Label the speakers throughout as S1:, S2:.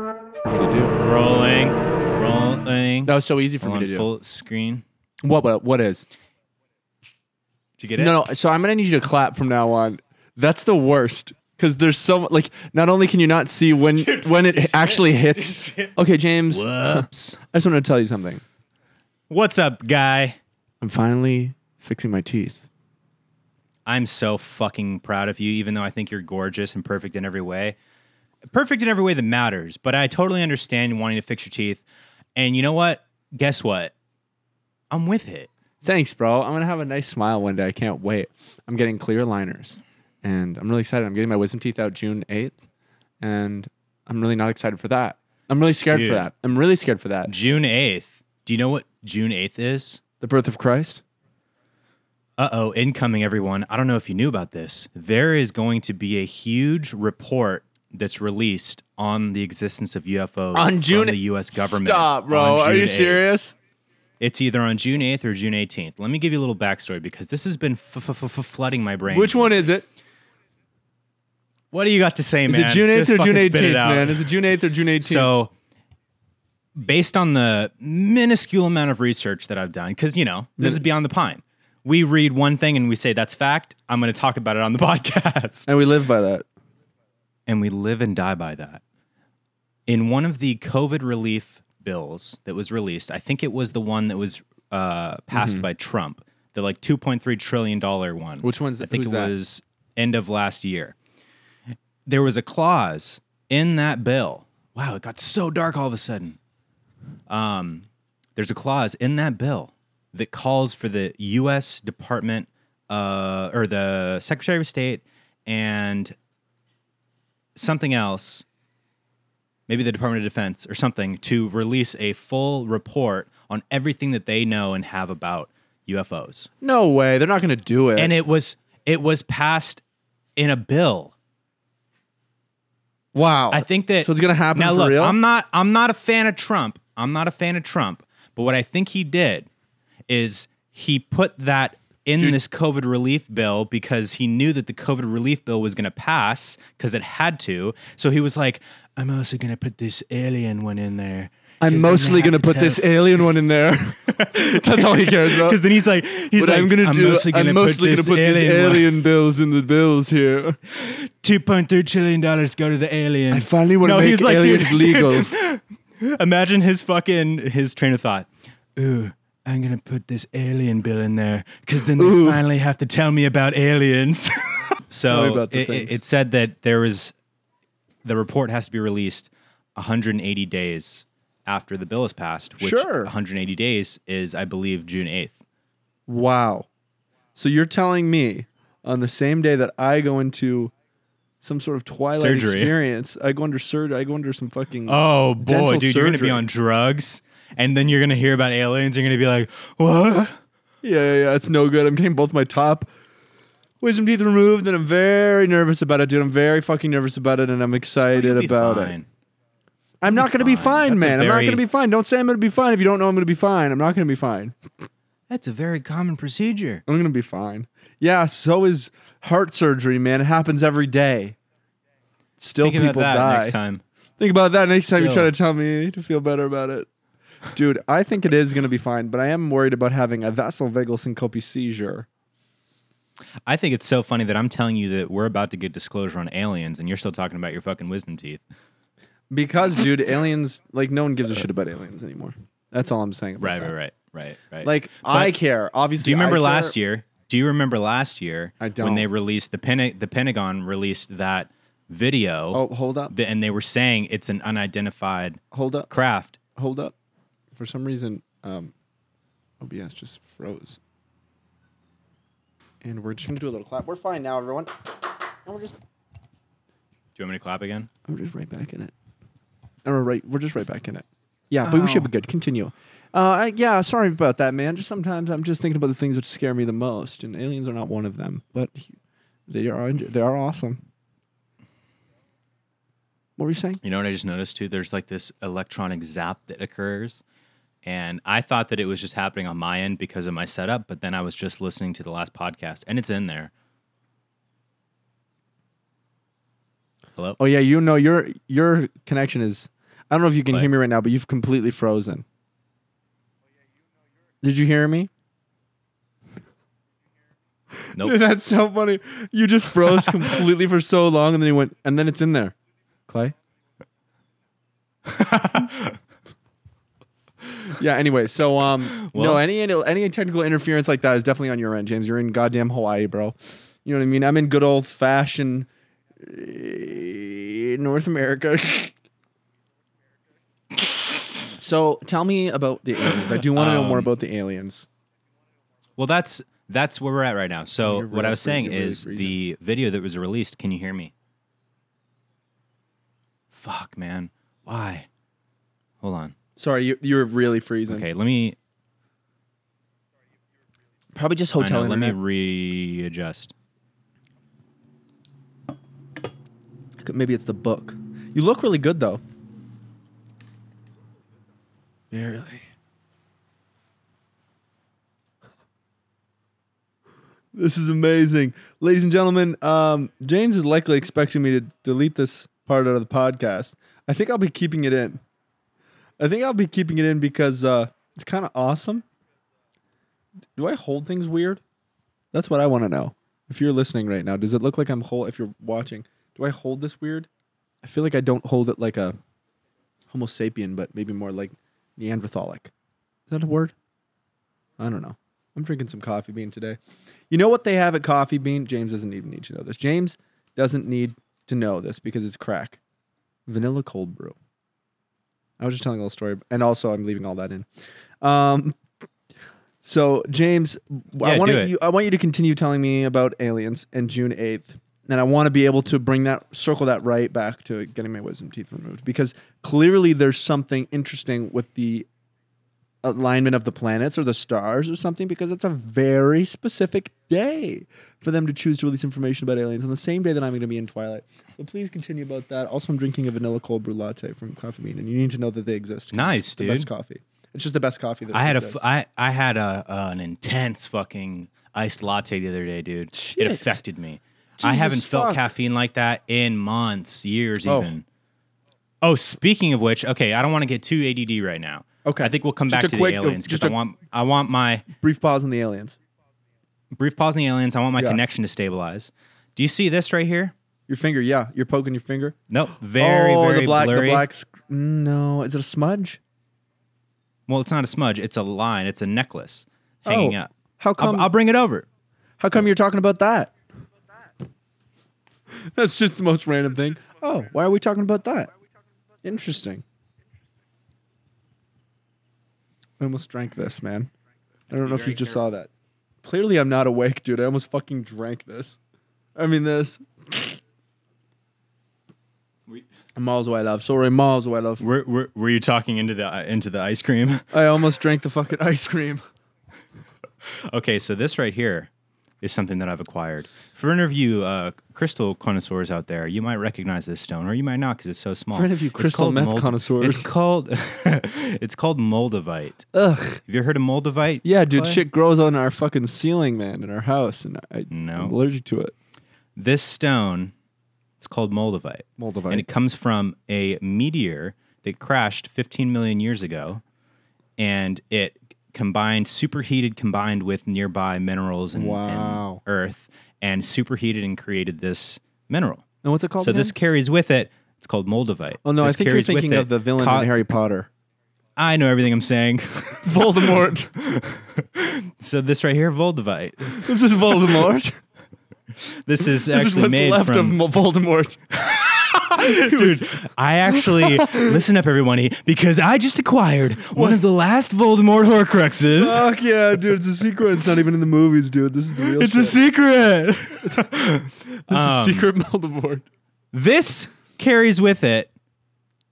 S1: to do.
S2: Rolling, rolling.
S1: That was so easy for
S2: I'm
S1: me
S2: on
S1: to do.
S2: full screen.
S1: What, what? What is?
S2: Did you get it?
S1: No, no. So I'm gonna need you to clap from now on. That's the worst because there's so like. Not only can you not see when when it actually hits. Okay, James.
S2: Whoops.
S1: I just wanted to tell you something.
S2: What's up, guy?
S1: I'm finally fixing my teeth.
S2: I'm so fucking proud of you, even though I think you're gorgeous and perfect in every way. Perfect in every way that matters, but I totally understand wanting to fix your teeth. And you know what? Guess what? I'm with it.
S1: Thanks, bro. I'm gonna have a nice smile one day. I can't wait. I'm getting clear liners, and I'm really excited. I'm getting my wisdom teeth out June 8th, and I'm really not excited for that. I'm really scared for
S2: Dude.
S1: that. I'm really scared for that.
S2: June 8th. Do you know what June 8th is?
S1: The birth of Christ.
S2: Uh oh, incoming, everyone. I don't know if you knew about this. There is going to be a huge report that's released on the existence of UFOs
S1: On June-
S2: from the U.S. government.
S1: Stop, bro.
S2: on
S1: Are
S2: June
S1: you
S2: 8th.
S1: serious?
S2: It's either on June 8th or June 18th. Let me give you a little backstory because this has been f- f- f- flooding my brain.
S1: Which one is it?
S2: What do you got to say,
S1: Is
S2: man?
S1: it June 8th
S2: Just
S1: or
S2: fucking
S1: June 18th,
S2: spit it out.
S1: man? Is it June 8th or June 18th?
S2: So, based on the minuscule amount of research that I've done, because you know this is beyond the pine. We read one thing and we say that's fact. I'm going to talk about it on the podcast,
S1: and we live by that.
S2: and we live and die by that. In one of the COVID relief bills that was released, I think it was the one that was uh, passed by Trump, the like 2.3 trillion dollar one.
S1: Mm-hmm. Which one's-
S2: I think
S1: who's
S2: it
S1: that?
S2: was end of last year. There was a clause in that bill. Wow, it got so dark all of a sudden. Um, there's a clause in that bill that calls for the U.S. Department uh, or the Secretary of State and something else, maybe the Department of Defense or something, to release a full report on everything that they know and have about UFOs.
S1: No way. They're not gonna do it.
S2: And it was it was passed in a bill.
S1: wow.
S2: I think that
S1: So it's gonna happen
S2: Now
S1: for
S2: look,
S1: real?
S2: I'm not I'm not a fan of Trump. I'm not a fan of Trump. But what I think he did is he put that in this COVID relief bill because he knew that the COVID relief bill was gonna pass because it had to. So he was like, I'm also gonna put this alien one in there.
S1: I'm mostly gonna put this alien one in there. That's all he cares about.
S2: because then he's like, he's
S1: But
S2: like,
S1: I'm gonna do.
S2: mostly gonna
S1: I'm mostly
S2: put this
S1: gonna put these
S2: alien one-
S1: alien bills in the bills here.
S2: two point three trillion dollars go to the aliens.
S1: I finally want to
S2: No,
S1: make
S2: he's like, dude,
S1: aliens legal.
S2: dude, imagine his fucking his train of thought. Ooh, I'm gonna put this alien bill in there because then they finally have to tell me about aliens.
S1: Sorry
S2: so
S1: about the
S2: it,
S1: things.
S2: it, it said that there was the report has to be released 180 days after the bill is passed, which
S1: Sure.
S2: 180 days is, I believe, June 8th.
S1: Wow. So you're telling me on the same day that I go into some sort of twilight
S2: Surgery.
S1: experience, I go under surgery. I go under some fucking.
S2: Oh boy,
S1: dental
S2: dude, you're gonna
S1: surgery.
S2: be on drugs, and then you're gonna hear about aliens. You're gonna be like, what?
S1: Yeah, yeah, yeah. It's no good. I'm getting both my top wisdom teeth removed, and I'm very nervous about it, dude. I'm very fucking nervous about it, and I'm excited about it. I'm not going to be fine,
S2: That's a
S1: man. I'm not
S2: very-
S1: going to be fine. Don't say I'm going to be fine if you don't know I'm going to be fine. I'm not going to be fine.
S2: That's a very common procedure.
S1: I'm going to be fine. Yeah, so is heart surgery, man. It happens every day. Still,
S2: Think about
S1: people
S2: that
S1: die.
S2: next time.
S1: Think about that next time you try
S2: Still.
S1: to tell me to feel better about it. Dude, I think it is going to be fine, but I am worried about having a vasovagal syncope seizure.
S2: I think it's so funny that I'm telling you that we're about to get disclosure on aliens, and you're still talking about your fucking wisdom teeth.
S1: Because, dude, aliens, like, no one gives a shit about aliens anymore. That's all I'm saying. About
S2: Right,
S1: that.
S2: right, right, right, right.
S1: Like, I care. Obviously,
S2: do you remember
S1: I care.
S2: last year? Do you remember last year
S1: I
S2: when they
S1: don't.
S2: released the Penta- the Pentagon released that video,
S1: Oh, hold up.
S2: th- and they were saying it's an unidentified
S1: Hold up.
S2: craft.
S1: Hold up. For some reason, um, OBS just froze. And we're just going to do a little clap. We're fine now, everyone. And we're just
S2: Do you want me to clap again?
S1: We're just right back in it. And we're right. We're just right back in it. Yeah, but we should be good. Continue. Uh, I, yeah, sorry about that, man. Just sometimes I'm just thinking about the things that scare me the most, and aliens are not one of them. But he- they are. They are awesome. What were you saying?
S2: You know what I just noticed too? There's like this electronic zap that occurs. And I thought that it was just happening on my end because of my setup, but then I was just listening to the last podcast and it's in there. Hello?
S1: Oh yeah, you know your your connection is. I don't know if you can
S2: Like-
S1: hear me right now, but you've completely frozen. Did you hear me?
S2: Nope.
S1: Dude, that's so funny. You just froze completely for so long, and then you went, and then it's in there. Clay. yeah. Anyway, so um, no,
S2: Well-
S1: any any technical interference like that is definitely on your end, James. You're in goddamn Hawaii, bro. You know what I mean? I'm in good old fashioned uh, North America. so tell me about the aliens. I do want to know more
S2: Um,
S1: about the aliens.
S2: Well, that's that's where we're at right now. So
S1: You're
S2: what
S1: really
S2: I was
S1: free-
S2: saying
S1: you're really
S2: is
S1: freezing.
S2: the video that was released. Can you hear me? Fuck, man. Why? Hold on.
S1: Sorry, you you were really freezing.
S2: Okay, let me.
S1: Probably just
S2: I know,
S1: hotel
S2: let me
S1: internet.
S2: readjust.
S1: Maybe it's the book. You look really good though. Barely. This is amazing. Ladies and gentlemen, um, James is likely expecting me to delete this part out of the podcast. I think I'll be keeping it in. I think I'll be keeping it in because uh, it's kind of awesome. Do I hold things weird? That's what I want to know. If you're listening right now, does it look like I'm hold? If you're watching, do I hold this weird? I feel like I don't hold it like a Homo sapien, but maybe more like Neanderthalic. Is that a word? I don't know. I'm drinking some coffee bean today. You know what they have at Coffee Bean? James doesn't even need to know this. James doesn't need to know this because it's crack. Vanilla cold brew. I was just telling a little story, and also I'm leaving all that in. Um, so James, I
S2: Yeah,
S1: want
S2: do it.
S1: you, I want you to continue telling me about aliens and June 8th, and I want to be able to bring that circle that right back to getting my wisdom teeth removed because clearly there's something interesting with the alignment of the planets or the stars or something because it's a very specific day for them to choose to release information about aliens on the same day that I'm going to be in Twilight. So please continue about that. Also, I'm drinking a vanilla cold brew latte from Coffee Bean, and you need to know that they exist. 'cause
S2: Nice,
S1: it's The best
S2: dude.
S1: coffee. It's just the best coffee that
S2: I had a
S1: exists.
S2: f- I I had a an intense fucking iced latte the other day, dude.
S1: Shit.
S2: It affected me. I
S1: Jesus
S2: haven't
S1: fuck.
S2: felt caffeine like that in months, years,
S1: Oh.
S2: even. Oh, speaking of which, okay, I don't want to get too ADD right now.
S1: Okay.
S2: I think we'll come
S1: Just a
S2: back to
S1: quick- uh,
S2: the aliens because
S1: just
S2: I
S1: a-
S2: want I want my
S1: brief pause on the aliens.
S2: brief pause on the aliens. I want my
S1: Yeah.
S2: connection to stabilize. Do you see this right here?
S1: Your finger, yeah, you're poking your finger.
S2: Nope. Very
S1: oh,
S2: very
S1: the black,
S2: blurry.
S1: the black. Sc- no, is it a smudge?
S2: Well, it's not a smudge. It's a line. It's a necklace hanging
S1: Oh,
S2: up.
S1: How
S2: I'll-
S1: come?
S2: I'll bring it over.
S1: How come you're talking about that? That's just the most random thing. Oh, why are we talking about that? Interesting. I almost drank this, man. I don't know if you just saw that. Clearly, I'm not awake, dude. I almost fucking drank this. I mean, this. Miles away, love. Sorry, miles away, love.
S2: Were, were, were you talking into the into the ice cream?
S1: I almost drank the fucking ice cream.
S2: okay, so this right here is something that I've acquired. For any of you uh, crystal connoisseurs out there, you might recognize this stone, or you might not because it's so small.
S1: For any of you
S2: It's
S1: crystal
S2: called
S1: meth connoisseurs.
S2: it's called it's called moldavite.
S1: Ugh.
S2: Have you heard of moldavite?
S1: Yeah, dude,
S2: Clay?
S1: shit grows on our fucking ceiling, man, in our house, and I,
S2: No.
S1: I'm allergic to it.
S2: This stone, it's called moldavite,
S1: Moldavite.
S2: and it comes from a meteor that crashed 15 million years ago, and it combined superheated combined with nearby minerals and, and
S1: Wow.
S2: earth and superheated and created this mineral.
S1: And what's it called?
S2: So this
S1: again?
S2: carries with it. It's called Moldavite.
S1: Oh no, I
S2: This
S1: think you're
S2: carries with
S1: thinking
S2: it
S1: of the villain
S2: co-
S1: in Harry Potter,
S2: I know everything I'm saying.
S1: Voldemort.
S2: so this right here, Moldavite.
S1: this is Voldemort.
S2: This is
S1: this
S2: actually
S1: is what's
S2: made
S1: left
S2: from.
S1: of Mo- Voldemort.
S2: dude, I actually listen up, everyone, because I just acquired one of the last Voldemort Horcruxes.
S1: Fuck yeah, dude! It's a secret. It's not even in the movies, dude. This is the real.
S2: it's a
S1: shit.
S2: secret.
S1: This
S2: Um,
S1: is secret Voldemort.
S2: This carries with it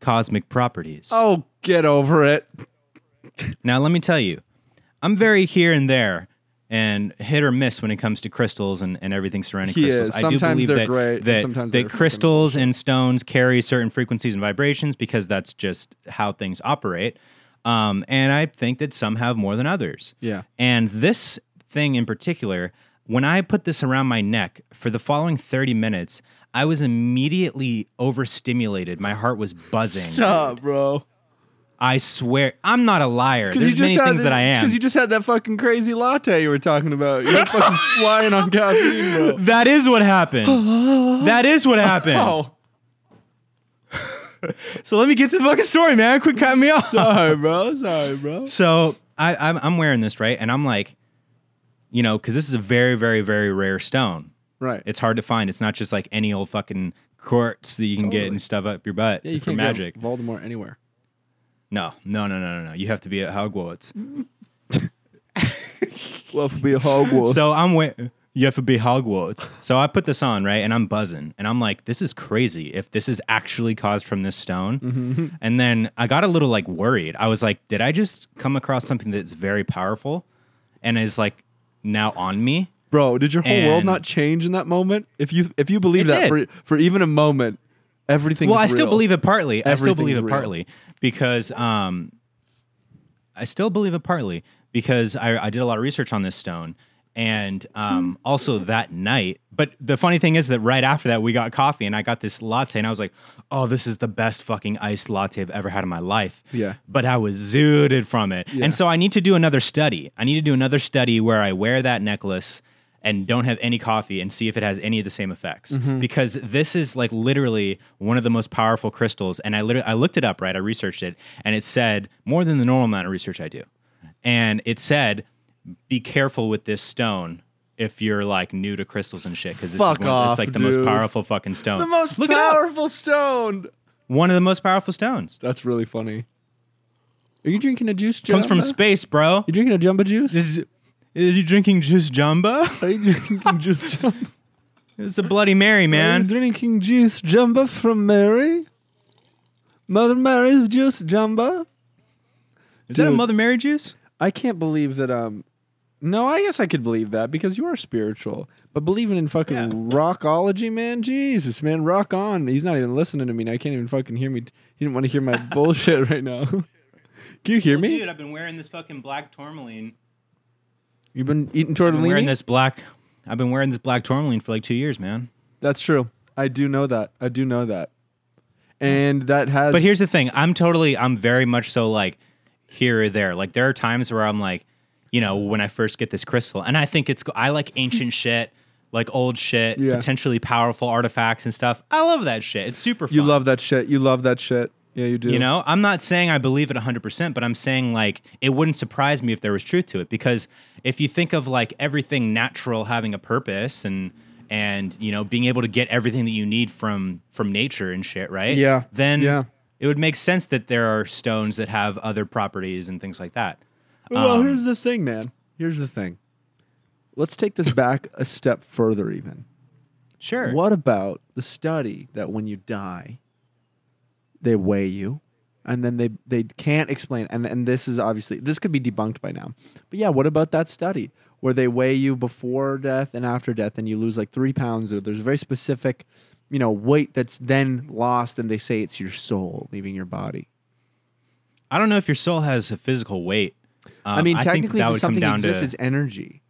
S2: cosmic properties.
S1: Oh, get over it.
S2: Now, let me tell you, I'm very here and there and hit or miss when it comes to crystals and, and everything surrounding
S1: He
S2: crystals.
S1: is.
S2: I do
S1: Sometimes
S2: believe
S1: they're
S2: that,
S1: great, and
S2: that,
S1: sometimes
S2: that
S1: they're fucking
S2: crystals and stones carry certain frequencies and vibrations because that's just how things operate. Um, and I think that some have more than others.
S1: Yeah.
S2: And this thing in particular, When I put this around my neck for the following 30 minutes, I was immediately overstimulated. My heart was buzzing.
S1: Stop, bro.
S2: I swear, I'm not a liar. There's many
S1: had
S2: things that I am.
S1: Because you just had that fucking crazy latte you were talking about. You're fucking flying on caffeine, bro.
S2: that is what happened. that is what happened.
S1: Oh,
S2: So let me get to the fucking story, man. Quit cutting me off.
S1: sorry, bro. Sorry, bro.
S2: So I, I'm, I'm wearing this right, and I'm like, you know, because this is a very, very, very rare stone.
S1: Right.
S2: It's hard to find. It's not just like any old fucking quartz that you can get
S1: Totally.
S2: and stuff up your butt
S1: yeah, you
S2: for
S1: can't
S2: magic.
S1: get Voldemort anywhere.
S2: No, no, no, no, no, no. You have to be at Hogwarts.
S1: Well, to be a Hogwarts.
S2: So I'm wearing. You have to be Hogwarts. So I put this on, right? And I'm buzzing. And I'm like, this is crazy if this is actually caused from this stone. And then I got a little like worried. I was like, did I just come across something that's very powerful and is like now on me?
S1: bro, did your whole world
S2: And-
S1: not change in that moment? If you if you believe
S2: It
S1: that
S2: did.
S1: for for even a moment, everything.
S2: well i still believe it partly i still believe
S1: Everything's
S2: it
S1: real.
S2: partly because um i still believe it partly because i, I did a lot of research on this stone and um also that night but the funny thing is that right after that we got coffee and i got this latte and i was like oh this is the best fucking iced latte i've ever had in my life
S1: Yeah.
S2: but i was zooted from it and so i need to do another study i need to do another study where i wear that necklace and don't have any coffee and see if it has any of the same effects
S1: Mm-hmm.
S2: because this is like literally one of the most powerful crystals and I literally I looked it up right I researched it and it said more than the normal amount of research I do and it said be careful with this stone if you're like new to crystals and shit because this
S1: Fuck
S2: is one,
S1: off,
S2: it's like the
S1: dude.
S2: most powerful fucking stone
S1: the most
S2: look it up
S1: powerful stone.
S2: one of the most powerful stones
S1: That's really funny. Are you drinking a juice?
S2: comes from
S1: Jamba?
S2: space bro
S1: You drinking a jumba juice?
S2: is is you drinking juice jumbo
S1: Are you drinking juice jumba?
S2: it's a bloody
S1: Are
S2: mary
S1: you
S2: man
S1: drinking juice jumba from Mary? Mother Mary's juice jumba?
S2: is that a
S1: dude.
S2: mother mary juice
S1: I can't believe that. Um, no, I guess I could believe that because you are spiritual. But believing in fucking
S2: Yeah.
S1: rockology, man, Jesus, man, rock on. He's not even listening to me. and I can't even fucking hear me. He didn't want to hear my bullshit right now. Can you hear me?
S2: Dude, I've been wearing this fucking black tourmaline.
S1: You've been eating
S2: I've been wearing
S1: tortellini.
S2: this black. I've been wearing this black tourmaline for like two years, man.
S1: That's true. I do know that. I do know that. And that has.
S2: But here's the thing: I'm totally, I'm very much so like here or there. Like there are times where I'm like, you know, when I first get this crystal, and I think it's, go- I like ancient shit, like old shit,
S1: Yeah.
S2: potentially powerful artifacts and stuff. I love that shit. It's super. Fun.
S1: you love that shit. You love that shit. Yeah, you do.
S2: You know, I'm not saying I believe it 100%, but I'm saying like it wouldn't surprise me if there was truth to it because if you think of like everything natural having a purpose and and you know being able to get everything that you need from from nature and shit, right?
S1: Yeah.
S2: Then
S1: Yeah.
S2: it would make sense that there are stones that have other properties and things like that.
S1: Well,
S2: um,
S1: here's the thing, man. Here's the thing. Let's take this back a step further, even.
S2: Sure.
S1: What about the study that when you die, they weigh you, and then they they can't explain, and and this is obviously this could be debunked by now, but yeah, what about that study where they weigh you before death and after death, and you lose like three pounds, or there's a very specific, you know, weight that's then lost, and they say it's your soul leaving your body.
S2: I don't know if your soul has a physical weight. Um,
S1: I mean,
S2: think
S1: technically,
S2: that
S1: if
S2: would come
S1: something
S2: down
S1: exists,
S2: to
S1: it's energy,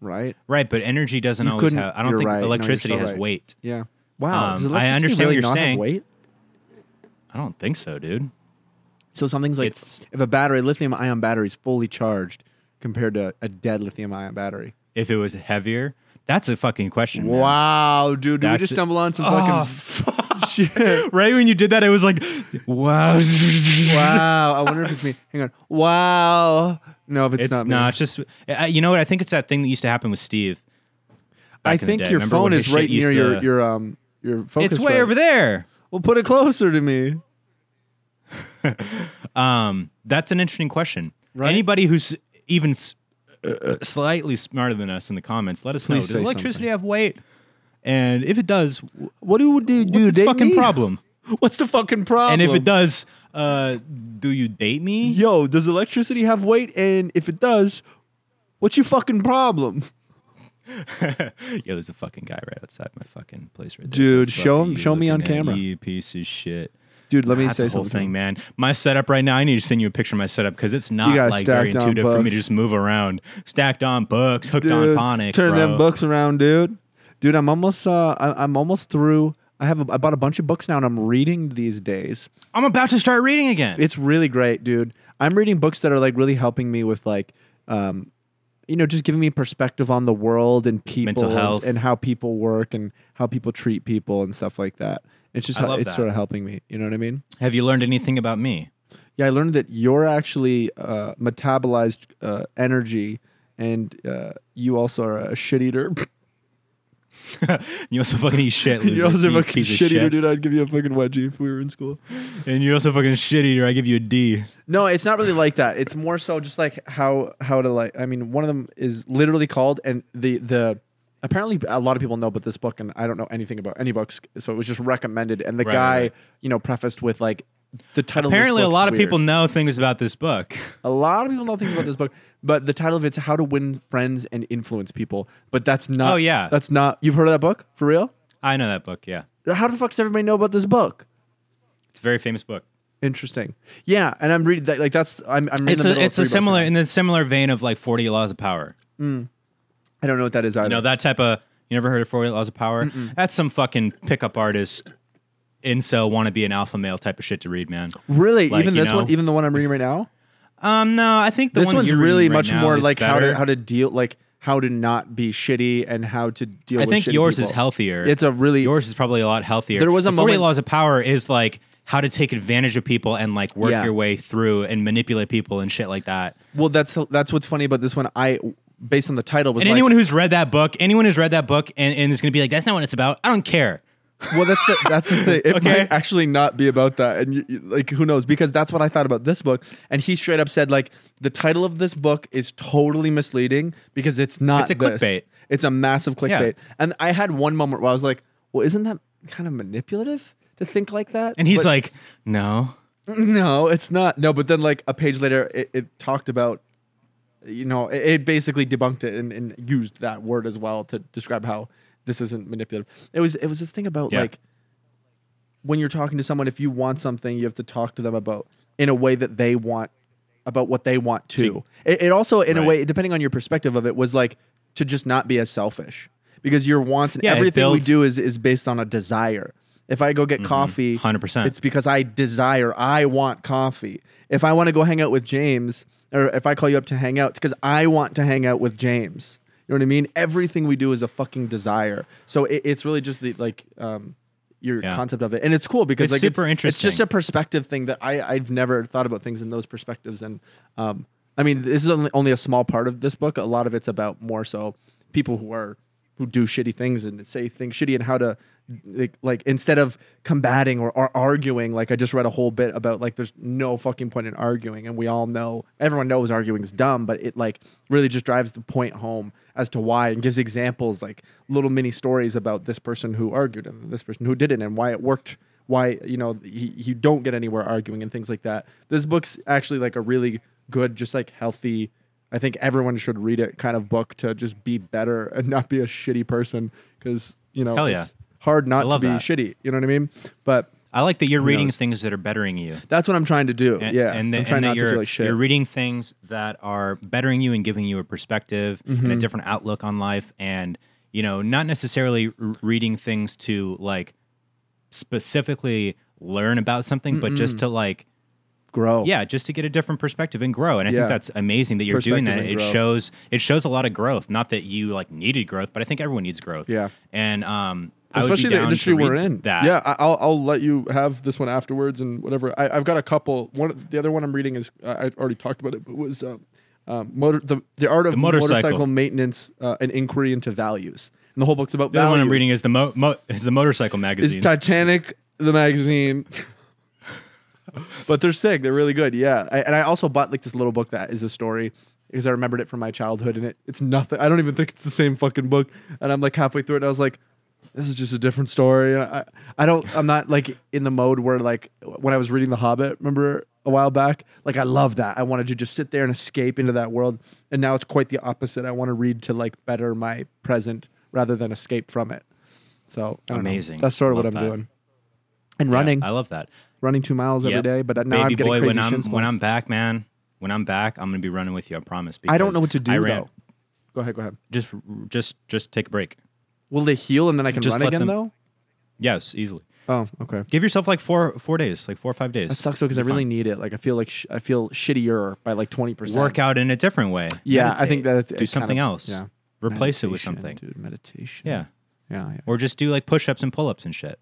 S1: right?
S2: right, but energy doesn't
S1: You
S2: always
S1: couldn't-
S2: have. I don't
S1: you're
S2: think
S1: right. No, you're
S2: electricity
S1: so
S2: has
S1: right.
S2: weight.
S1: Yeah. Wow.
S2: Um,
S1: does
S2: I
S1: electricity
S2: understand
S1: really
S2: what you're
S1: not have
S2: saying.
S1: Weight?
S2: I don't think so, dude.
S1: So something's like
S2: It's-
S1: if a battery, lithium ion battery, is fully charged compared to a dead lithium ion battery.
S2: if it was heavier? That's a fucking question. man.
S1: Wow, dude, did we
S2: That's
S1: just
S2: it.
S1: stumble on some
S2: Oh,
S1: fucking
S2: fuck.
S1: shit?
S2: Right when you did that, it was like, wow.
S1: wow, I wonder if it's me. Hang on. Wow. No, if it's,
S2: It's
S1: not
S2: not,
S1: me.
S2: it's just, I- you know what? I think it's that thing that used to happen with Steve. back
S1: I
S2: in the
S1: think
S2: day.
S1: your
S2: Remember
S1: phone
S2: when his
S1: is right
S2: shit used
S1: near your
S2: to-
S1: your um your focus.
S2: It's way over there.
S1: Well, put it closer to me.
S2: Um, that's an interesting question.
S1: Right?
S2: Anybody who's even s- slightly smarter than us in the comments, let us know.
S1: Please
S2: Does
S1: say
S2: electricity
S1: something.
S2: have weight? And if it does, what's
S1: What do do
S2: the fucking problem?
S1: What's the fucking problem?
S2: And if it does, uh, do you date me?
S1: yo, does electricity have weight? And if it does, what's your fucking problem?
S2: Yo, there's a fucking guy right outside my fucking place right there.
S1: Dude,
S2: Fuck
S1: show him-
S2: you
S1: show me on
S2: looking at
S1: camera.
S2: You piece of shit.
S1: Dude, let me
S2: That's
S1: say
S2: the whole
S1: something.
S2: thing, man. My setup right now. I need to send you a picture of my setup because it's
S1: got
S2: not like very
S1: stacked on
S2: intuitive for me
S1: books.
S2: to just move around. Stacked on books, hooked
S1: dude,
S2: on phonics.
S1: turn
S2: bro.
S1: them books around, dude. Dude, I'm almost uh I, I'm almost through. I have a, I bought a bunch of books now and I'm reading these days.
S2: I'm about to start reading again.
S1: It's really great, dude. I'm reading books that are like really helping me with like um you know, just giving me perspective on the world and people and-
S2: health.
S1: and how people work and how people treat people and stuff like that. It's just
S2: I
S1: how,
S2: love
S1: it's
S2: that.
S1: sort of helping me. You know what I mean?
S2: Have you learned anything about me?
S1: Yeah, I learned that you're actually uh, metabolized uh, energy, and uh, you also are a shit eater.
S2: You also fucking eat shit. Loser.
S1: you also
S2: Piece-
S1: a fucking
S2: piece of
S1: shit eater, dude. I'd give you a fucking wedgie if we were in school.
S2: And you're also fucking shit eater. I give you a D.
S1: No, it's not really like that. It's more so just like how how to like. I mean, one of them is literally called, and the the apparently a lot of people know about this book, and I don't know anything about any books, so it was just recommended, and the
S2: Right,
S1: guy
S2: right.
S1: you know prefaced with like the title. of this
S2: Apparently, a
S1: book's
S2: lot of
S1: weird.
S2: people know things about this book.
S1: A lot of people know things about this book, but the title of it's "How to Win Friends and Influence People." But that's not.
S2: Oh, yeah.
S1: that's not. You've heard of that book for real?
S2: I know that book. Yeah,
S1: How the fuck does everybody know about this book?
S2: it's a very famous book.
S1: Interesting. Yeah, and I'm reading that. Like that's. I'm. I'm. in
S2: It's
S1: the middle of
S2: a it's a
S1: three books
S2: similar
S1: right
S2: in the similar vein of like Forty Laws of Power.
S1: now. I don't know what that is either.
S2: You know that type of you never heard of Forty Laws of Power? That's some fucking pickup artist, incel want to be an alpha male type of shit to read, man.
S1: really,
S2: like,
S1: even
S2: you
S1: this
S2: know.
S1: one, even the one I'm reading right now.
S2: Um, no, I think the
S1: This
S2: one that
S1: one's
S2: you're
S1: really
S2: reading right
S1: much
S2: now
S1: more
S2: is
S1: like how
S2: better.
S1: to how to deal like how to not be shitty and how to deal.
S2: I
S1: with
S2: think
S1: shitty
S2: yours
S1: people.
S2: is healthier.
S1: It's a really
S2: yours is probably a lot healthier.
S1: There was a
S2: the 40
S1: moment-
S2: Laws of Power is like how to take advantage of people and like work
S1: Yeah.
S2: your way through and manipulate people and shit like that.
S1: well. That's that's what's funny about this one. I based on the title was
S2: And
S1: like,
S2: anyone who's read that book, anyone who's read that book and, and is going to be like, that's not what it's about. I don't care.
S1: Well, that's the that's the thing. It
S2: Okay.
S1: might actually not be about that, and you, you- like who knows? Because that's what I thought about this book, and he straight up said like the title of this book is totally misleading because it's not.
S2: It's a
S1: this.
S2: clickbait.
S1: It's a massive clickbait, and I had one moment where I was like, "Well, isn't that kind of manipulative to think like that?"
S2: And he's
S1: But-
S2: like, no.
S1: no, it's not. No, but then like a page later, it, it talked about, you know, it, it basically debunked it and, and used that word as well to describe how this isn't manipulative. It was it was this thing about
S2: Yeah.
S1: like when you're talking to someone, if you want something, you have to talk to them about in a way that they want about what they want too. It, it also in a
S2: Right.
S1: way, depending on your perspective of it, was like to just not be as selfish because your wants and
S2: Yeah, it
S1: everything we
S2: builds-
S1: do is is based on a desire. If I go get
S2: Mm-hmm.
S1: coffee,
S2: 100%.
S1: it's because I desire, I want coffee. If I want to go hang out with James, or if I call you up to hang out, it's because I want to hang out with James. You know what I mean? Everything we do is a fucking desire. So it, it's really just the like um, your
S2: Yeah.
S1: concept of it, and it's cool because
S2: It's
S1: like
S2: super
S1: it's, It's just
S2: interesting.
S1: a perspective thing that I I've never thought about things in those perspectives, and um, I mean this is only only a small part of this book. A lot of it's about more so people who are who do shitty things and say things shitty and how to like, like instead of combating or, or arguing like i just read a whole bit about like there's no fucking point in arguing and we all know everyone knows arguing's dumb but it like really just drives the point home as to why and gives examples like little mini stories about this person who argued and this person who didn't and why it worked why you know he, you don't get anywhere arguing and things like that this book's actually like a really good just like healthy I think everyone should read it kind of book to just be better and not be a shitty person because you know
S2: Hell yeah.
S1: it's hard not to
S2: love
S1: be
S2: that.
S1: shitty. You know what I mean? But
S2: I like that you're reading
S1: knows?
S2: things that are bettering you.
S1: that's what I'm trying to do.
S2: And,
S1: yeah,
S2: and that-
S1: I'm trying
S2: and that
S1: not to
S2: you're,
S1: feel like shit.
S2: You're reading things that are bettering you and giving you a perspective and
S1: Mm-hmm.
S2: a different outlook on life, and you know, not necessarily r- reading things to like specifically learn about something, but just to like,
S1: Grow.
S2: yeah, just to get a different perspective and grow. And I
S1: Yeah.
S2: think that's amazing that you're doing that.
S1: Perspective and
S2: It
S1: growth.
S2: shows it shows a lot of growth. Not that you like needed growth, but I think everyone needs growth.
S1: Yeah.
S2: and um, I would be
S1: especially the
S2: down to
S1: industry we're
S2: read
S1: in.
S2: That
S1: Yeah, I- I'll I'll let you have this one afterwards and whatever. I, I've got a couple. One the other one I'm reading is uh, I already talked about it, but was um, um, motor the the art of
S2: motorcycle.
S1: maintenance uh, and inquiry into values. And the whole book's about
S2: The other one I'm
S1: values.
S2: reading is the mo- mo- is the motorcycle
S1: is
S2: magazine.
S1: Titanic the magazine. but they're sick. They're really good. Yeah. I, and I also bought like this little book that is a story because I remembered it from my childhood and it, it's nothing. I don't even think it's the same fucking book. And I'm like halfway through it and I was like, this is just a different story. And I, I don't, I'm not like in the mode where like when I was reading The Hobbit, remember a while back? Like I love that. I wanted to just sit there and escape into that world. And now it's quite the opposite. I want to read to like better my present rather than escape from it. So I don't know.
S2: Amazing.
S1: That's sort of
S2: Love
S1: what I'm
S2: that.
S1: doing. And running.
S2: I love that.
S1: running two miles every
S2: Yep.
S1: day. But now I'm
S2: Baby
S1: getting
S2: boy,
S1: crazy
S2: when
S1: shin
S2: I'm
S1: splints.
S2: when I'm back, man, when I'm back, I'm gonna be running with you. I promise.
S1: I don't
S2: because
S1: know what to do
S2: I ran-
S1: though. Go ahead, go ahead.
S2: Just just just take a break.
S1: Will they heal and then I can
S2: Just
S1: run
S2: let
S1: again
S2: them-
S1: though?
S2: Yes, easily.
S1: Oh, okay.
S2: Give yourself like four four days, like four or five days.
S1: That sucks though because I really need it. Like I feel like sh- I feel shittier by like twenty percent.
S2: work out in a different way.
S1: Yeah, I
S2: Meditate.
S1: think that's it
S2: do
S1: kind
S2: something
S1: of-
S2: else.
S1: yeah.
S2: Replace it with
S1: Meditation,
S2: something.
S1: dude. Meditation.
S2: Yeah.
S1: yeah, yeah.
S2: Or just do like push ups and pull ups and shit.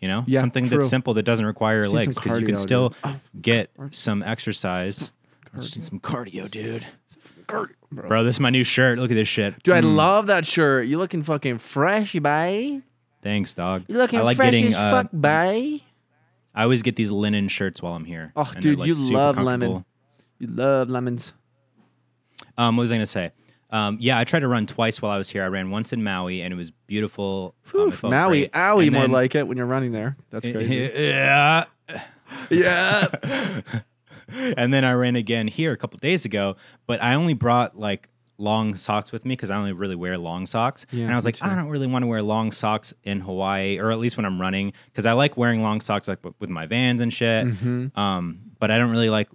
S2: You know?
S1: Yeah,
S2: something
S1: true.
S2: that's simple that doesn't require
S1: See
S2: legs
S1: some
S2: because you can
S1: cardio,
S2: still
S1: dude. Oh,
S2: get some exercise. Just do some cardio, dude.
S1: Cardio, bro.
S2: Bro, this is my new shirt. Look at this shit.
S1: Dude, I
S2: Mm,
S1: love that shirt. You looking fucking fresh, bye.
S2: Thanks, dog.
S1: You looking
S2: I like
S1: fresh
S2: getting
S1: as
S2: uh,
S1: fuck, bye.
S2: I always get these linen shirts while I'm here.
S1: Oh,
S2: and they're,
S1: dude,
S2: like,
S1: you
S2: super
S1: love lemon.
S2: comfortable. Oh,
S1: You love lemons.
S2: Um, what was I gonna say? Um, yeah, I tried to run twice while I was here. I ran once in Maui and it was beautiful. Um, it
S1: Oof,
S2: felt
S1: Maui,
S2: great.
S1: owie,
S2: And
S1: more
S2: then-
S1: like it when you're running there. That's crazy.
S2: yeah.
S1: yeah.
S2: and then I ran again here a couple days ago, but I only brought like long socks with me because I only really wear long socks.
S1: Yeah,
S2: and I was
S1: me
S2: like, I don't really want to wear long socks in Hawaii, or at least when I'm running, because I like wearing long socks like w- with my vans and shit.
S1: Mm-hmm.
S2: Um, but I don't really like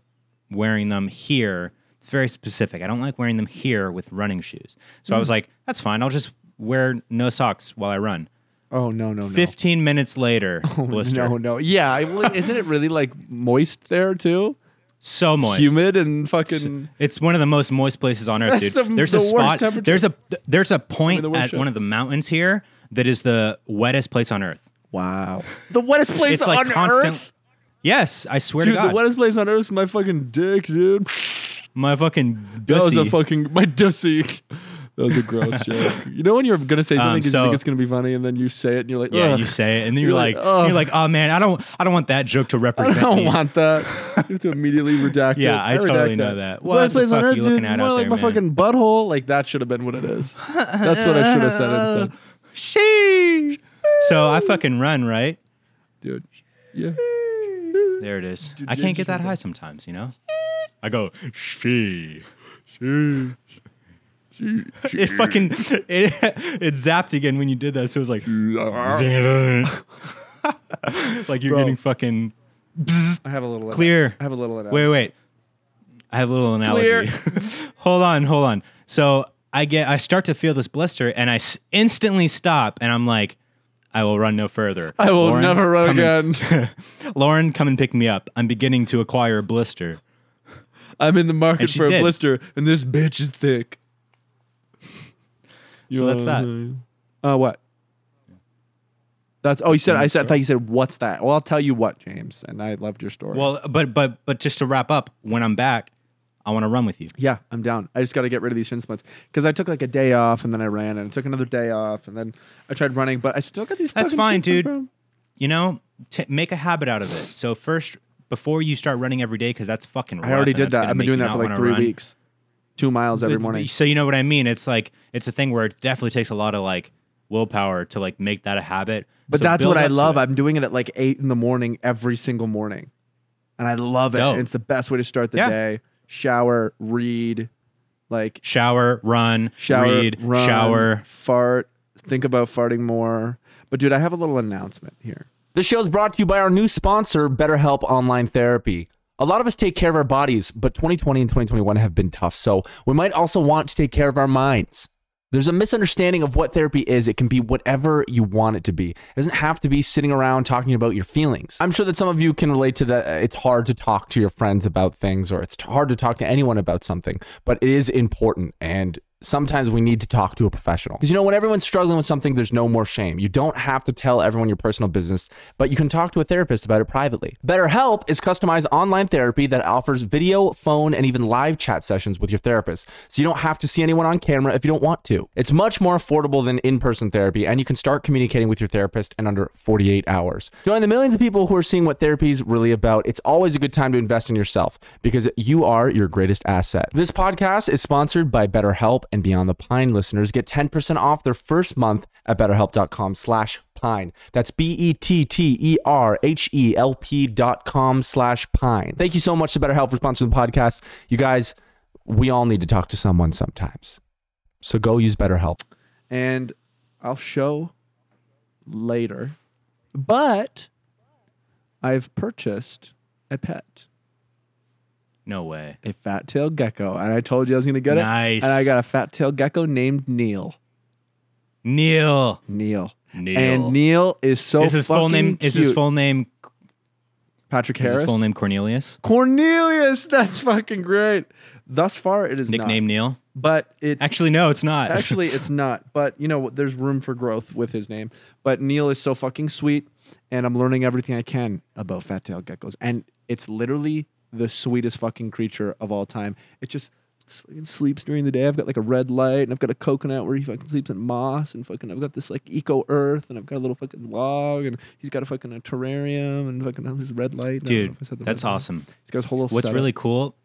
S2: wearing them here. It's very specific. I don't like wearing them here with running shoes. So I
S1: Mm.
S2: was like, that's fine. I'll just wear no socks while I run.
S1: Oh no, no, no.
S2: 15 minutes later, blister.
S1: No, no. Yeah, I- well, isn't it really like moist there too?
S2: So moist.
S1: Humid and fucking.
S2: It's one of the most moist places on earth,
S1: That's
S2: dude.
S1: the-
S2: there's
S1: the
S2: a
S1: worst
S2: spot.
S1: temperature.
S2: There's a there's a point
S1: the worst
S2: at
S1: shit.
S2: one of the mountains here that is the wettest place on earth.
S1: Wow. The wettest place
S2: It's like
S1: on
S2: constant.
S1: earth.
S2: Yes, I swear
S1: Dude,
S2: to God,
S1: the wettest place on earth is my fucking dick, dude.
S2: my fucking
S1: That was a
S2: dussy.
S1: fucking my dussy. That was a gross joke. You know when you're gonna say something
S2: Um,
S1: 'cause you
S2: so-
S1: think it's gonna be funny, and then you say it, and you're like,
S2: Yeah,
S1: Ugh,
S2: you say it, and then you're,
S1: You're like,
S2: like,
S1: "Ugh."
S2: you're like, oh man, I don't, I don't want that joke to
S1: I
S2: represent
S1: don't
S2: me.
S1: want that. You have to immediately redact it.
S2: Yeah, I
S1: redact
S2: totally know that.
S1: The
S2: What
S1: wettest
S2: the
S1: place on
S2: fuck are
S1: earth,
S2: you looking
S1: dude.
S2: at
S1: More
S2: out
S1: like my
S2: there,
S1: fucking butthole. Like that should have been what it is. That's what I should have said instead,
S2: Sheesh. So I fucking run right.
S1: dude. Yeah.
S2: There it is.
S1: Dude,
S2: I
S1: James
S2: can't
S1: is
S2: get that
S1: right
S2: high sometimes, you know. I go she.
S1: Sheesh. Sheesh.
S2: It fucking it, it zapped again when you did that, so it was like.
S1: I
S2: like you're
S1: Bro.
S2: getting fucking bzzz.
S1: have a little
S2: Clear.
S1: I have a little analysis.
S2: Wait, wait. I have a little analogy. hold on, hold on. So I get, I start to feel this blister, and I s- instantly stop, and I'm like, I will run no further.
S1: I will
S2: Lauren,
S1: never run
S2: come and-
S1: again.
S2: Lauren, come and pick me up. I'm beginning to acquire a blister.
S1: I'm in the market
S2: And she
S1: for a
S2: did.
S1: blister, and this bitch is thick.
S2: So that's that.
S1: Uh, what? That's oh, you said. I said. I thought you said, "What's that?" Well, I'll tell you what, James. And I loved your story.
S2: Well, but but but just to wrap up, when I'm back, I want to run with you.
S1: yeah, I'm down. I just got to get rid of these shin splints because I took like a day off, and then I ran, and I took another day off, and then I tried running, but I still got these.
S2: That's
S1: fucking
S2: fine,
S1: shin splints,
S2: dude. You know, t- make a habit out of it. So first, before you start running every day, because that's fucking.
S1: bro.
S2: rough
S1: I already
S2: and
S1: did
S2: it's
S1: that.
S2: gonna
S1: I've
S2: make
S1: been doing
S2: you
S1: that
S2: not
S1: for like
S2: wanna
S1: three
S2: run.
S1: weeks, two miles every morning.
S2: So you know what I mean? It's like it's a thing where it definitely takes a lot of like willpower to like make that a habit.
S1: But
S2: So
S1: that's
S2: build
S1: what I
S2: up to
S1: love.
S2: it.
S1: I'm doing it at like eight in the morning every single morning, and I love it.
S2: Dope.
S1: It's the best way to start the
S2: Yeah.
S1: day. Shower, read, like
S2: shower, run,
S1: shower,
S2: read,
S1: run,
S2: shower.
S1: fart. Think about farting more. But dude, I have a little announcement here.
S3: This show is brought to you by our new sponsor, BetterHelp Online Therapy. A lot of us take care of our bodies, but 2020 and 2021 have been tough, so we might also want to take care of our minds. There's a misunderstanding of what therapy is. It can be whatever you want it to be. It doesn't have to be sitting around talking about your feelings. I'm sure that some of you can relate to that. uh, It's hard to talk to your friends about things, or it's hard to talk to anyone about something, but it is important. And sometimes we need to talk to a professional. Because you know, when everyone's struggling with something, there's no more shame. You don't have to tell everyone your personal business, but you can talk to a therapist about it privately. BetterHelp is customized online therapy that offers video, phone, and even live chat sessions with your therapist. So you don't have to see anyone on camera if you don't want to. It's much more affordable than in person therapy, and you can start communicating with your therapist in under 48 hours. Join the millions of people who are seeing what therapy is really about. It's always a good time to invest in yourself because you are your greatest asset. This podcast is sponsored by BetterHelp and Beyond the Pine listeners get 10% off their first month at betterhelp.com slash pine. That's E B-E-T-T-E-R-H-E-L-P E dot com slash pine. Thank you so much to BetterHelp for sponsoring the podcast. You guys, we all need to talk to someone sometimes. So go use BetterHelp.
S1: and I'll show later. But I've purchased a pet,
S2: No way.
S1: a fat tailed gecko, and I told you I was going to get
S2: nice.
S1: it. And I got a fat tailed gecko named Neil.
S2: Neil.
S1: Neil.
S2: Neil.
S1: And Neil is so
S2: is his full
S1: fucking
S2: name? Is his
S1: cute.
S2: full name?
S1: Patrick
S2: Is
S1: Harris?
S2: his full name Cornelius?
S1: Cornelius. That's fucking great. Thus far, it is not.
S2: Nickname Neil.
S1: but it
S2: Actually, no, it's not.
S1: Actually, it's not. But you know, what? there's room for growth with his name. But Neil is so fucking sweet, and I'm learning everything I can about fat-tailed geckos, and it's literally the sweetest fucking creature of all time. It just fucking sleeps during the day. I've got like a red light, and I've got a coconut where he fucking sleeps in moss, and fucking I've got this like eco earth, and I've got a little fucking log, and he's got a fucking a terrarium, and fucking all this red light. I don't know
S2: dude,
S1: if I said the
S2: that's
S1: right one.
S2: awesome.
S1: He's got his whole little
S2: What's
S1: setup.
S2: really cool?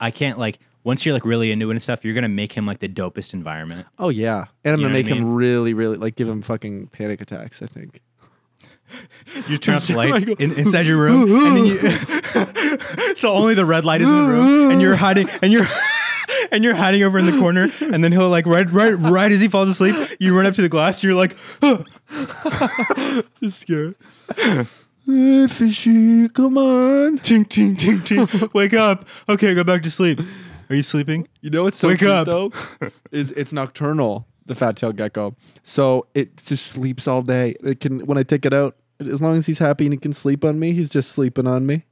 S2: I can't like once you're like really into it and stuff, you're gonna make him like the dopest environment.
S1: Oh yeah, and I'm gonna
S2: You know what
S1: make
S2: I
S1: him really, really like give him fucking panic attacks. I think.
S2: You turn off the
S1: I
S2: light
S1: go,
S2: in, inside your room, and then you, so only the red light is in the room, and you're hiding, and you're. And you're hiding over in the corner, and then he'll like right, right, right as he falls asleep. You run up to the glass. And you're like,
S1: Just scared. hey, fishy, come on.
S2: ting, ting, ting, ting. Wake up. Okay, go back to sleep. Are you sleeping?
S1: You know what's so
S2: Wake
S1: cute
S2: up.
S1: though? Is it's nocturnal, the fat tailed gecko. So it just sleeps all day. It can when I take it out, as long as he's happy and he can sleep on me, he's just sleeping on me.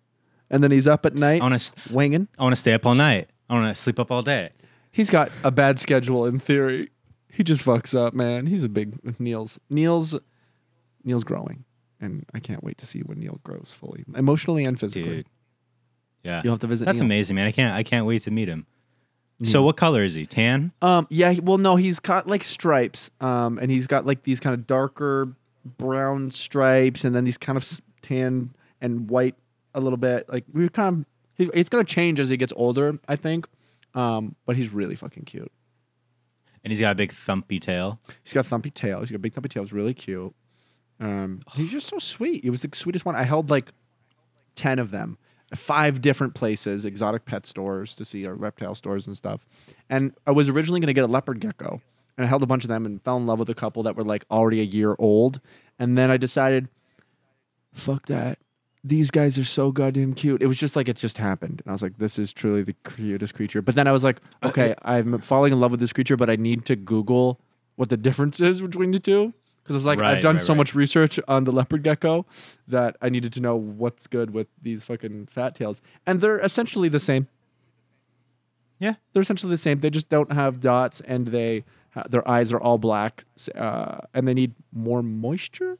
S1: And then he's up at night
S2: I want to,
S1: winging.
S2: I want to stay up all night. I want to sleep up all day.
S1: He's got a bad schedule in theory. He just fucks up, man. He's a big Neil's Neil's Neil's growing. And I can't wait to see when Neil grows fully. Emotionally and physically.
S2: Dude. Yeah,
S1: You'll have to Mm-hmm. visit
S2: that's
S1: Neil.
S2: amazing, man. I can't, I can't wait to meet him. So, what color is he? Tan?
S1: Um, yeah, he- well, no, he's got like stripes, um, and he's got like these kind of darker brown stripes, and then these kind of s- tan and white a little bit. Like we're kind of, he, it's gonna change as he gets older, I think. Um, but he's really fucking cute.
S2: And he's got a big thumpy tail.
S1: He's got thumpy tail. He's got a big thumpy tail. He's really cute. Um, he's just so sweet. He was the sweetest one. I held like ten of them, five different places, exotic pet stores to see, or reptile stores and stuff. And I was originally going to get a leopard gecko, and I held a bunch of them and fell in love with a couple that were like already a year old. And then I decided, fuck that. These guys are so goddamn cute. It was just like it just happened, and I was like, "This is truly the cutest creature." But then I was like,
S2: Uh,
S1: "Okay, I'm falling in love with this creature, but I need to Google what the difference is between the two because I was like, I've
S2: Right,
S1: done
S2: right,
S1: so
S2: right.
S1: much research on the leopard gecko that I needed to know what's good with these fucking fat tails, and they're essentially the same.
S2: Yeah.
S1: They're essentially the same. They just don't have dots, and they ha- their eyes are all black, s- uh, and they need more moisture,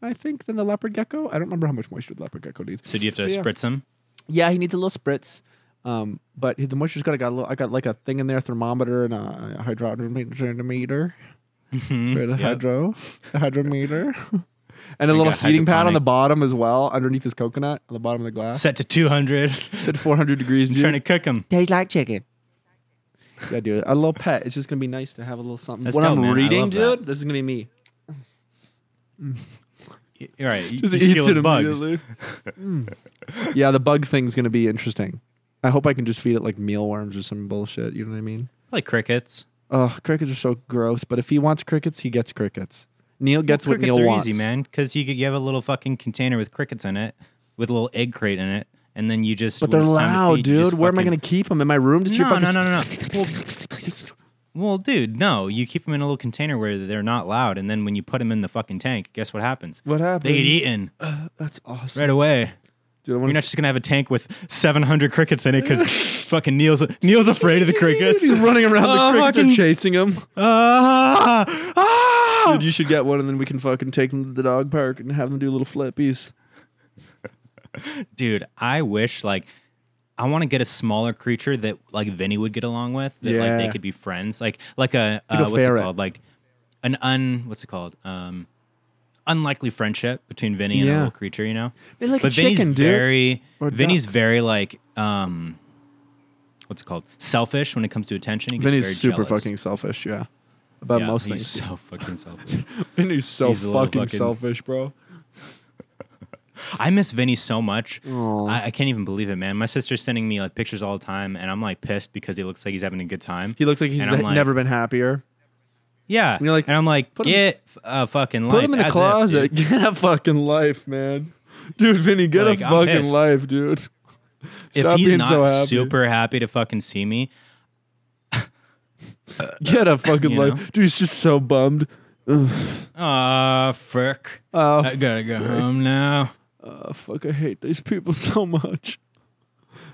S1: I think, than the leopard gecko. I don't remember how much moisture the leopard gecko needs.
S2: So do you have to
S1: But yeah.
S2: spritz him?
S1: Yeah, he needs a little spritz. Um, but the moisture's got I got a little, I got like a thing in there, thermometer and a hydrometer, right, a
S2: yep.
S1: hydro, a hydrometer, and a little
S2: got
S1: heating pad on
S2: hydroponic.
S1: the bottom as well, underneath his coconut on the bottom of the glass.
S2: Set to 200.
S1: Said 400 degrees. dude.
S2: trying to cook him.
S1: Tastes like chicken. Yeah, dude. A little pet. It's just gonna be nice to have a little something.
S2: Let's
S1: when
S2: go,
S1: I'm
S2: man. I
S1: reading,
S2: love
S1: dude, this is gonna be me.
S2: All right. You,
S1: Just
S2: you
S1: eats
S2: steal
S1: it
S2: his bugs.
S1: immediately. Mm. Yeah, the bug thing's gonna be interesting. I hope I can just feed it like mealworms or some bullshit. You know what I mean?
S2: Like crickets.
S1: Ugh, crickets are so gross. But if he wants crickets, he gets crickets. Neil gets
S2: Well,
S1: what
S2: crickets
S1: Neil
S2: are
S1: wants.
S2: easy, man. Because you could you have a little fucking container with crickets in it, with a little egg crate in it, and then you just.
S1: But they're
S2: when it's time to
S1: loud,
S2: feed, you
S1: dude.
S2: just
S1: Where am I
S2: fucking-
S1: gonna keep them? In my room? Just hear
S2: No,
S1: fucking-
S2: no, no, no, no. Well, well, dude, no. You keep them in a little container where they're not loud, and then when you put them in the fucking tank, guess what happens?
S1: What happens?
S2: They get eaten
S1: That's awesome,
S2: right away.
S1: dude. I
S2: You're
S1: want
S2: not just gonna have a tank with 700 crickets in it because fucking Neil's Neil's afraid of the crickets.
S1: He's running around.
S2: Oh,
S1: the crickets
S2: fucking-
S1: are chasing him.
S2: Ah, ah!
S1: Dude, you should get one, and then we can fucking take them to the dog park and have them do little flippies.
S2: Dude, I wish like I want to get a smaller creature that like Vinny would get along with. That like they
S1: Yeah.
S2: could be friends. Like like a,
S1: Like a
S2: uh, what's
S1: ferret.
S2: it called? Like an un what's it called? Um unlikely friendship between Vinny and
S1: Yeah.
S2: a little creature, you know?
S1: They're like
S2: but
S1: a
S2: Vinny's
S1: chicken, dude.
S2: very
S1: Or a
S2: Vinny's very like um what's it called? Selfish when it comes to attention. He gets
S1: Vinny's
S2: very
S1: super
S2: jealous.
S1: fucking selfish, yeah. About
S2: yeah,
S1: most
S2: he's
S1: things.
S2: so fucking selfish.
S1: Vinny's so
S2: he's a little
S1: fucking,
S2: fucking-
S1: selfish, bro.
S2: I miss Vinny so much.
S1: Aw.
S2: I, I can't even believe it, man. My sister's sending me like pictures all the time, and I'm like pissed because he looks like he's having a good time.
S1: He looks like he's
S2: And I'm
S1: ne-
S2: like-
S1: never been happier.
S2: Yeah,
S1: you're like,
S2: and I'm like,
S1: "Put him-
S2: get a fucking life.
S1: Put him in a
S2: as if,
S1: closet.
S2: dude."
S1: Get a fucking life, man. dude, Vinny, get
S2: Like,
S1: a
S2: I'm
S1: fucking
S2: pissed.
S1: life, dude.
S2: if
S1: Stop
S2: he's
S1: being
S2: not
S1: so happy.
S2: super happy to fucking see me,
S1: Get a fucking
S2: You
S1: life,
S2: know?
S1: dude. He's just so bummed. Ugh.
S2: ah, frick.
S1: Oh,
S2: I gotta go home now.
S1: oh, fuck! I hate these people so much.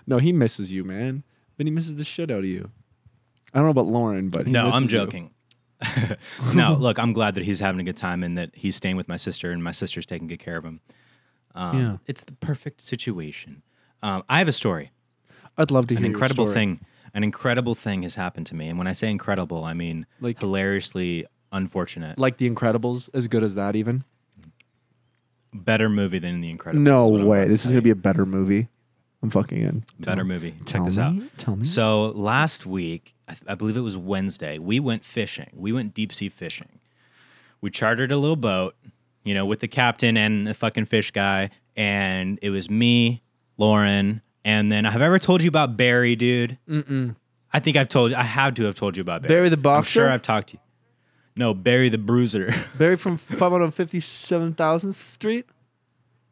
S1: No, he misses you, man. Vinny misses the shit out of you. I don't know about Lauren, but he
S2: No,
S1: misses
S2: I'm
S1: you.
S2: joking. no, look, I'm glad that he's having a good time and that he's staying with my sister and my sister's taking good care of him. Um,
S1: Yeah.
S2: It's the perfect situation. Um, I have a story.
S1: I'd love to hear
S2: An
S1: your
S2: incredible
S1: story.
S2: thing. An incredible thing has happened to me. And when I say incredible, I mean
S1: Like-
S2: hilariously unfortunate.
S1: like The Incredibles, as good as that, even.
S2: Better movie than The Incredibles.
S1: No
S2: what I'm about
S1: way!
S2: to
S1: This is
S2: tell
S1: gonna
S2: you.
S1: be a better movie. I'm fucking in.
S2: better movie. Check
S1: Tell
S2: this
S1: me,
S2: out.
S1: Tell me.
S2: So last week, I, th- I believe it was Wednesday, we went fishing. We went deep sea fishing. We chartered a little boat, you know, with the captain and the fucking fish guy, and it was me, Lauren, and then have I ever told you about Barry, dude? Mm-mm. I think I've told you. I have to have told you about Barry.
S1: Barry the
S2: I'm
S1: boxer?
S2: sure I've talked to you. No, Barry the Bruiser.
S1: Barry from 557,000th Street.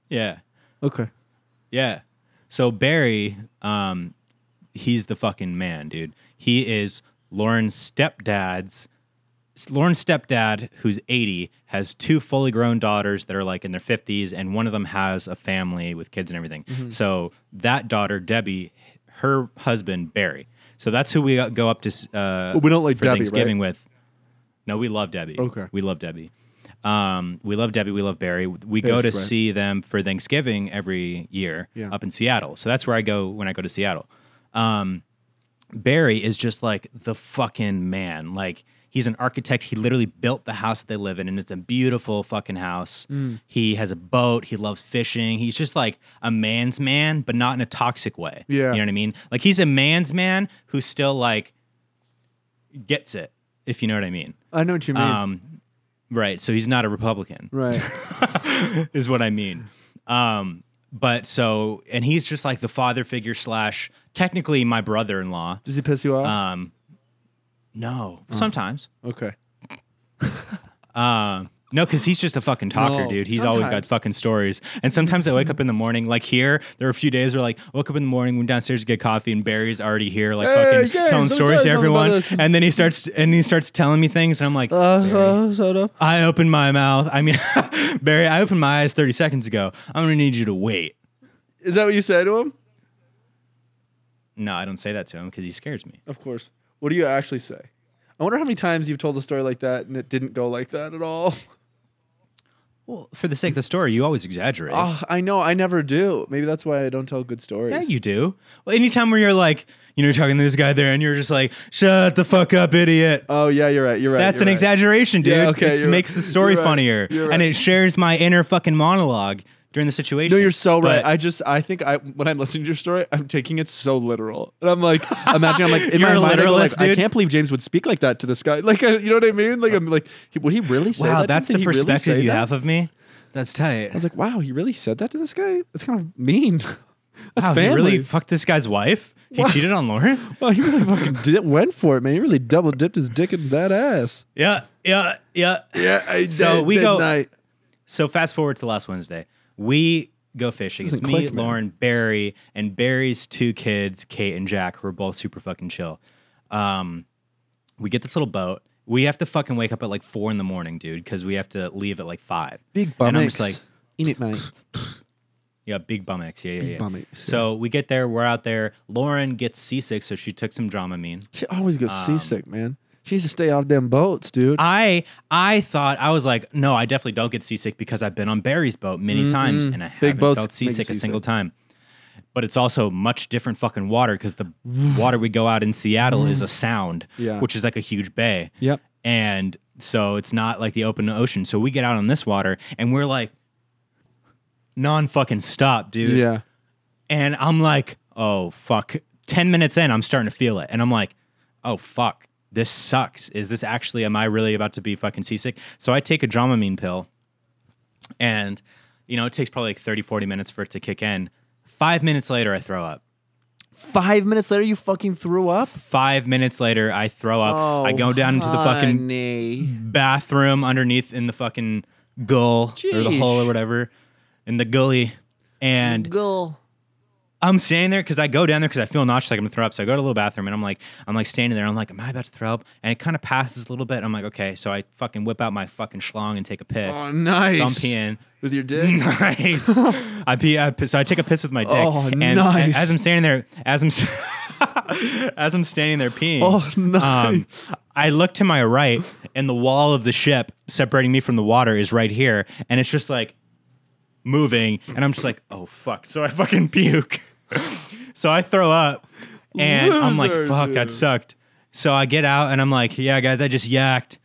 S2: yeah.
S1: Okay.
S2: Yeah. So Barry, um, he's the fucking man, dude. He is Lauren's stepdad's. Lauren's stepdad, who's 80, has two fully grown daughters that are like in their 50s, and one of them has a family with kids and everything.
S1: Mm-hmm.
S2: So that daughter, Debbie, her husband, Barry. So that's who we go up to. Uh,
S1: But we don't like
S2: for
S1: Debbie,
S2: Thanksgiving with. No, we love Debbie.
S1: Okay.
S2: we love Debbie. Um, we love Debbie. We love Barry. We go
S1: Fish,
S2: to
S1: right.
S2: see them for Thanksgiving every year
S1: Yeah.
S2: up in Seattle. So that's where I go when I go to Seattle. Um, Barry is just like the fucking man. Like he's an architect. He literally built the house that they live in, and it's a beautiful fucking house.
S1: Mm.
S2: He has a boat. He loves fishing. He's just like a man's man, but not in a toxic way.
S1: Yeah.
S2: you know what I mean. Like he's a man's man who still like gets it, if you know what I mean.
S1: I know what you mean.
S2: Um, right. So he's not a Republican
S1: right.
S2: is what I mean. Um, but so, and he's just like the father figure slash technically my brother in law.
S1: Does he piss you off?
S2: Um, no, sometimes.
S1: okay.
S2: Um, no, because he's just a fucking talker,
S1: No,
S2: dude. He's always got
S1: sometimes.
S2: fucking stories. And sometimes I wake up in the morning, like here, there were a few days where like woke up in the morning, went downstairs to get coffee, and Barry's already here, like
S1: Hey,
S2: fucking
S1: yeah,
S2: telling
S1: sometimes
S2: stories to
S1: I'm
S2: everyone.
S1: about to-
S2: And then he starts and he starts telling me things, and I'm like,
S1: Uh,
S2: "Barry,
S1: shut up.
S2: I opened my mouth. I mean, Barry, I opened my eyes 30 seconds ago. I'm going to need you to wait.
S1: Is that what you say to him?
S2: No, I don't say that to him because he scares me.
S1: Of course. What do you actually say? I wonder how many times you've told a story like that and it didn't go like that at all.
S2: Well, for the sake of the story, you always exaggerate.
S1: Ah, I know. I never do. Maybe that's why I don't tell good stories.
S2: yeah, you do. Well, anytime where you're like, you know, you're talking to this guy there and you're just like, shut the fuck up, idiot.
S1: Oh yeah, you're right. You're right.
S2: That's
S1: you're
S2: an
S1: right.
S2: exaggeration, dude.
S1: Yeah, okay,
S2: it
S1: you're-
S2: makes the story
S1: you're right,
S2: funnier
S1: you're
S2: and
S1: right.
S2: it shares my inner fucking monologue during the situation.
S1: No, you're so right.
S2: But
S1: I just, I think I, when I'm listening to your story, I'm taking it so literal, and I'm like, imagine I'm like in
S2: You're
S1: my mind, I,
S2: a
S1: go like,
S2: literalist,
S1: I
S2: dude.
S1: can't believe James would speak like that to this guy. Like, I, you know what I mean? Like, I'm like, he- would he really say
S2: wow,
S1: that? to
S2: that's
S1: him?
S2: the
S1: Did he really
S2: perspective
S1: say
S2: you
S1: that?
S2: have of me. That's tight.
S1: I was like, wow, he really said that to this guy. That's kind of mean. That's
S2: wow, he
S1: family.
S2: really fucked this guy's wife? He cheated on Lauren?
S1: Wow, he really fucking did, went for it, man. He really double dipped his dick in that ass.
S2: Yeah, yeah, yeah.
S1: Yeah, I
S2: So did we that go- night. So fast forward to last Wednesday. We go fishing. It's
S1: Doesn't
S2: me,
S1: click, man.
S2: Lauren, Barry, and Barry's two kids, Kate and Jack, who are both super fucking chill. Um, we get this little boat. We have to fucking wake up at like four in the morning, dude, because we have to leave at like five.
S1: Big
S2: And
S1: bum
S2: I'm
S1: aches.
S2: just like,
S1: in it, mate.
S2: yeah, big bum X. Yeah, yeah, yeah.
S1: bum aches,
S2: So we get there. We're out there. Lauren gets seasick, so she took some Dramamine.
S1: She always gets seasick, man. She needs to stay off them boats, dude.
S2: Um, I I thought I was like, no, I definitely don't get seasick because I've been on Barry's boat many times and I
S1: Mm-hmm. Big
S2: haven't
S1: boats
S2: felt
S1: make you
S2: seasick a
S1: seasick.
S2: single time. But it's also much different fucking water because the water we go out in Seattle is a sound,
S1: Mm. Yeah.
S2: which is like a huge bay.
S1: Yep.
S2: And so it's not like the open ocean. So we get out on this water and we're like non fucking stop, dude.
S1: yeah.
S2: And I'm like, oh fuck. Ten minutes in, I'm starting to feel it, and I'm like, oh fuck, this sucks. Is this actually? Am I really about to be fucking seasick? So I take a Dramamine pill, and you know it takes probably like 30, 40 minutes for it to kick in. Five minutes later, I throw up.
S1: Five minutes later, you fucking threw up.
S2: Five minutes later, I throw up. I
S1: Oh,
S2: go down into the fucking
S1: fucking.
S2: bathroom underneath in the fucking gull or the hole
S1: Jeesh.
S2: or whatever in the gully. And
S3: Google.
S2: I'm standing there because I go down there because I feel nauseous, like I'm gonna throw up. So I go to the little bathroom and I'm like, I'm like standing there. I'm like, am I about to throw up? And it kind of passes a little bit. I'm like, okay. So I fucking whip out my fucking schlong and take a piss.
S1: Oh, nice.
S2: So I'm peeing.
S1: With your dick.
S2: Nice. I pee. I piss, so I take a piss with my dick.
S1: Oh,
S2: and,
S1: nice.
S2: and as I'm standing there, as I'm s- as I'm standing there peeing.
S1: Oh,
S2: um,
S1: nice.
S2: I look to my right, and the wall of the ship separating me from the water is right here, and it's just like moving, and I'm just like, oh fuck! So I fucking puke, so I throw up, and I'm like,
S1: Loser,
S2: fuck, that
S1: dude.
S2: sucked. So I get out, and I'm like, yeah, guys, I just yacked,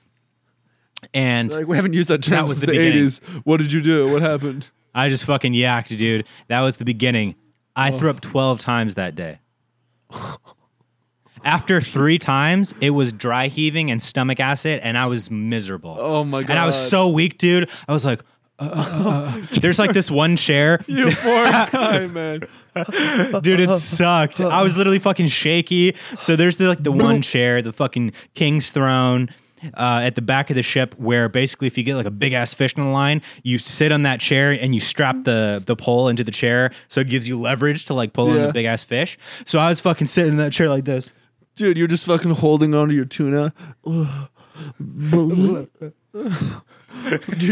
S2: and
S1: like we haven't used that term
S2: was
S1: since
S2: the
S1: the
S2: beginning.
S1: eighties. What did you do? What happened?
S2: I just fucking yacked, dude. That was the beginning. I threw up 12 times that day. After three times, it was dry heaving and stomach acid, and I was miserable.
S1: Oh my
S2: And I was
S1: God.
S2: so weak, dude. I was like, uh, uh, uh. there's like this one chair,
S1: You poor guy, man.
S2: dude. It sucked. I was literally fucking shaky. So there's the, like the one chair, the fucking king's throne. Uh, at the back of the ship, where basically if you get like a big ass fish in the line, you sit on that chair and you strap the the pole into the chair, so it gives you leverage to like pull in
S1: Yeah.
S2: the big ass fish. So I was fucking sitting in that chair like this.
S1: Dude, you're just fucking holding onto your tuna. Dude,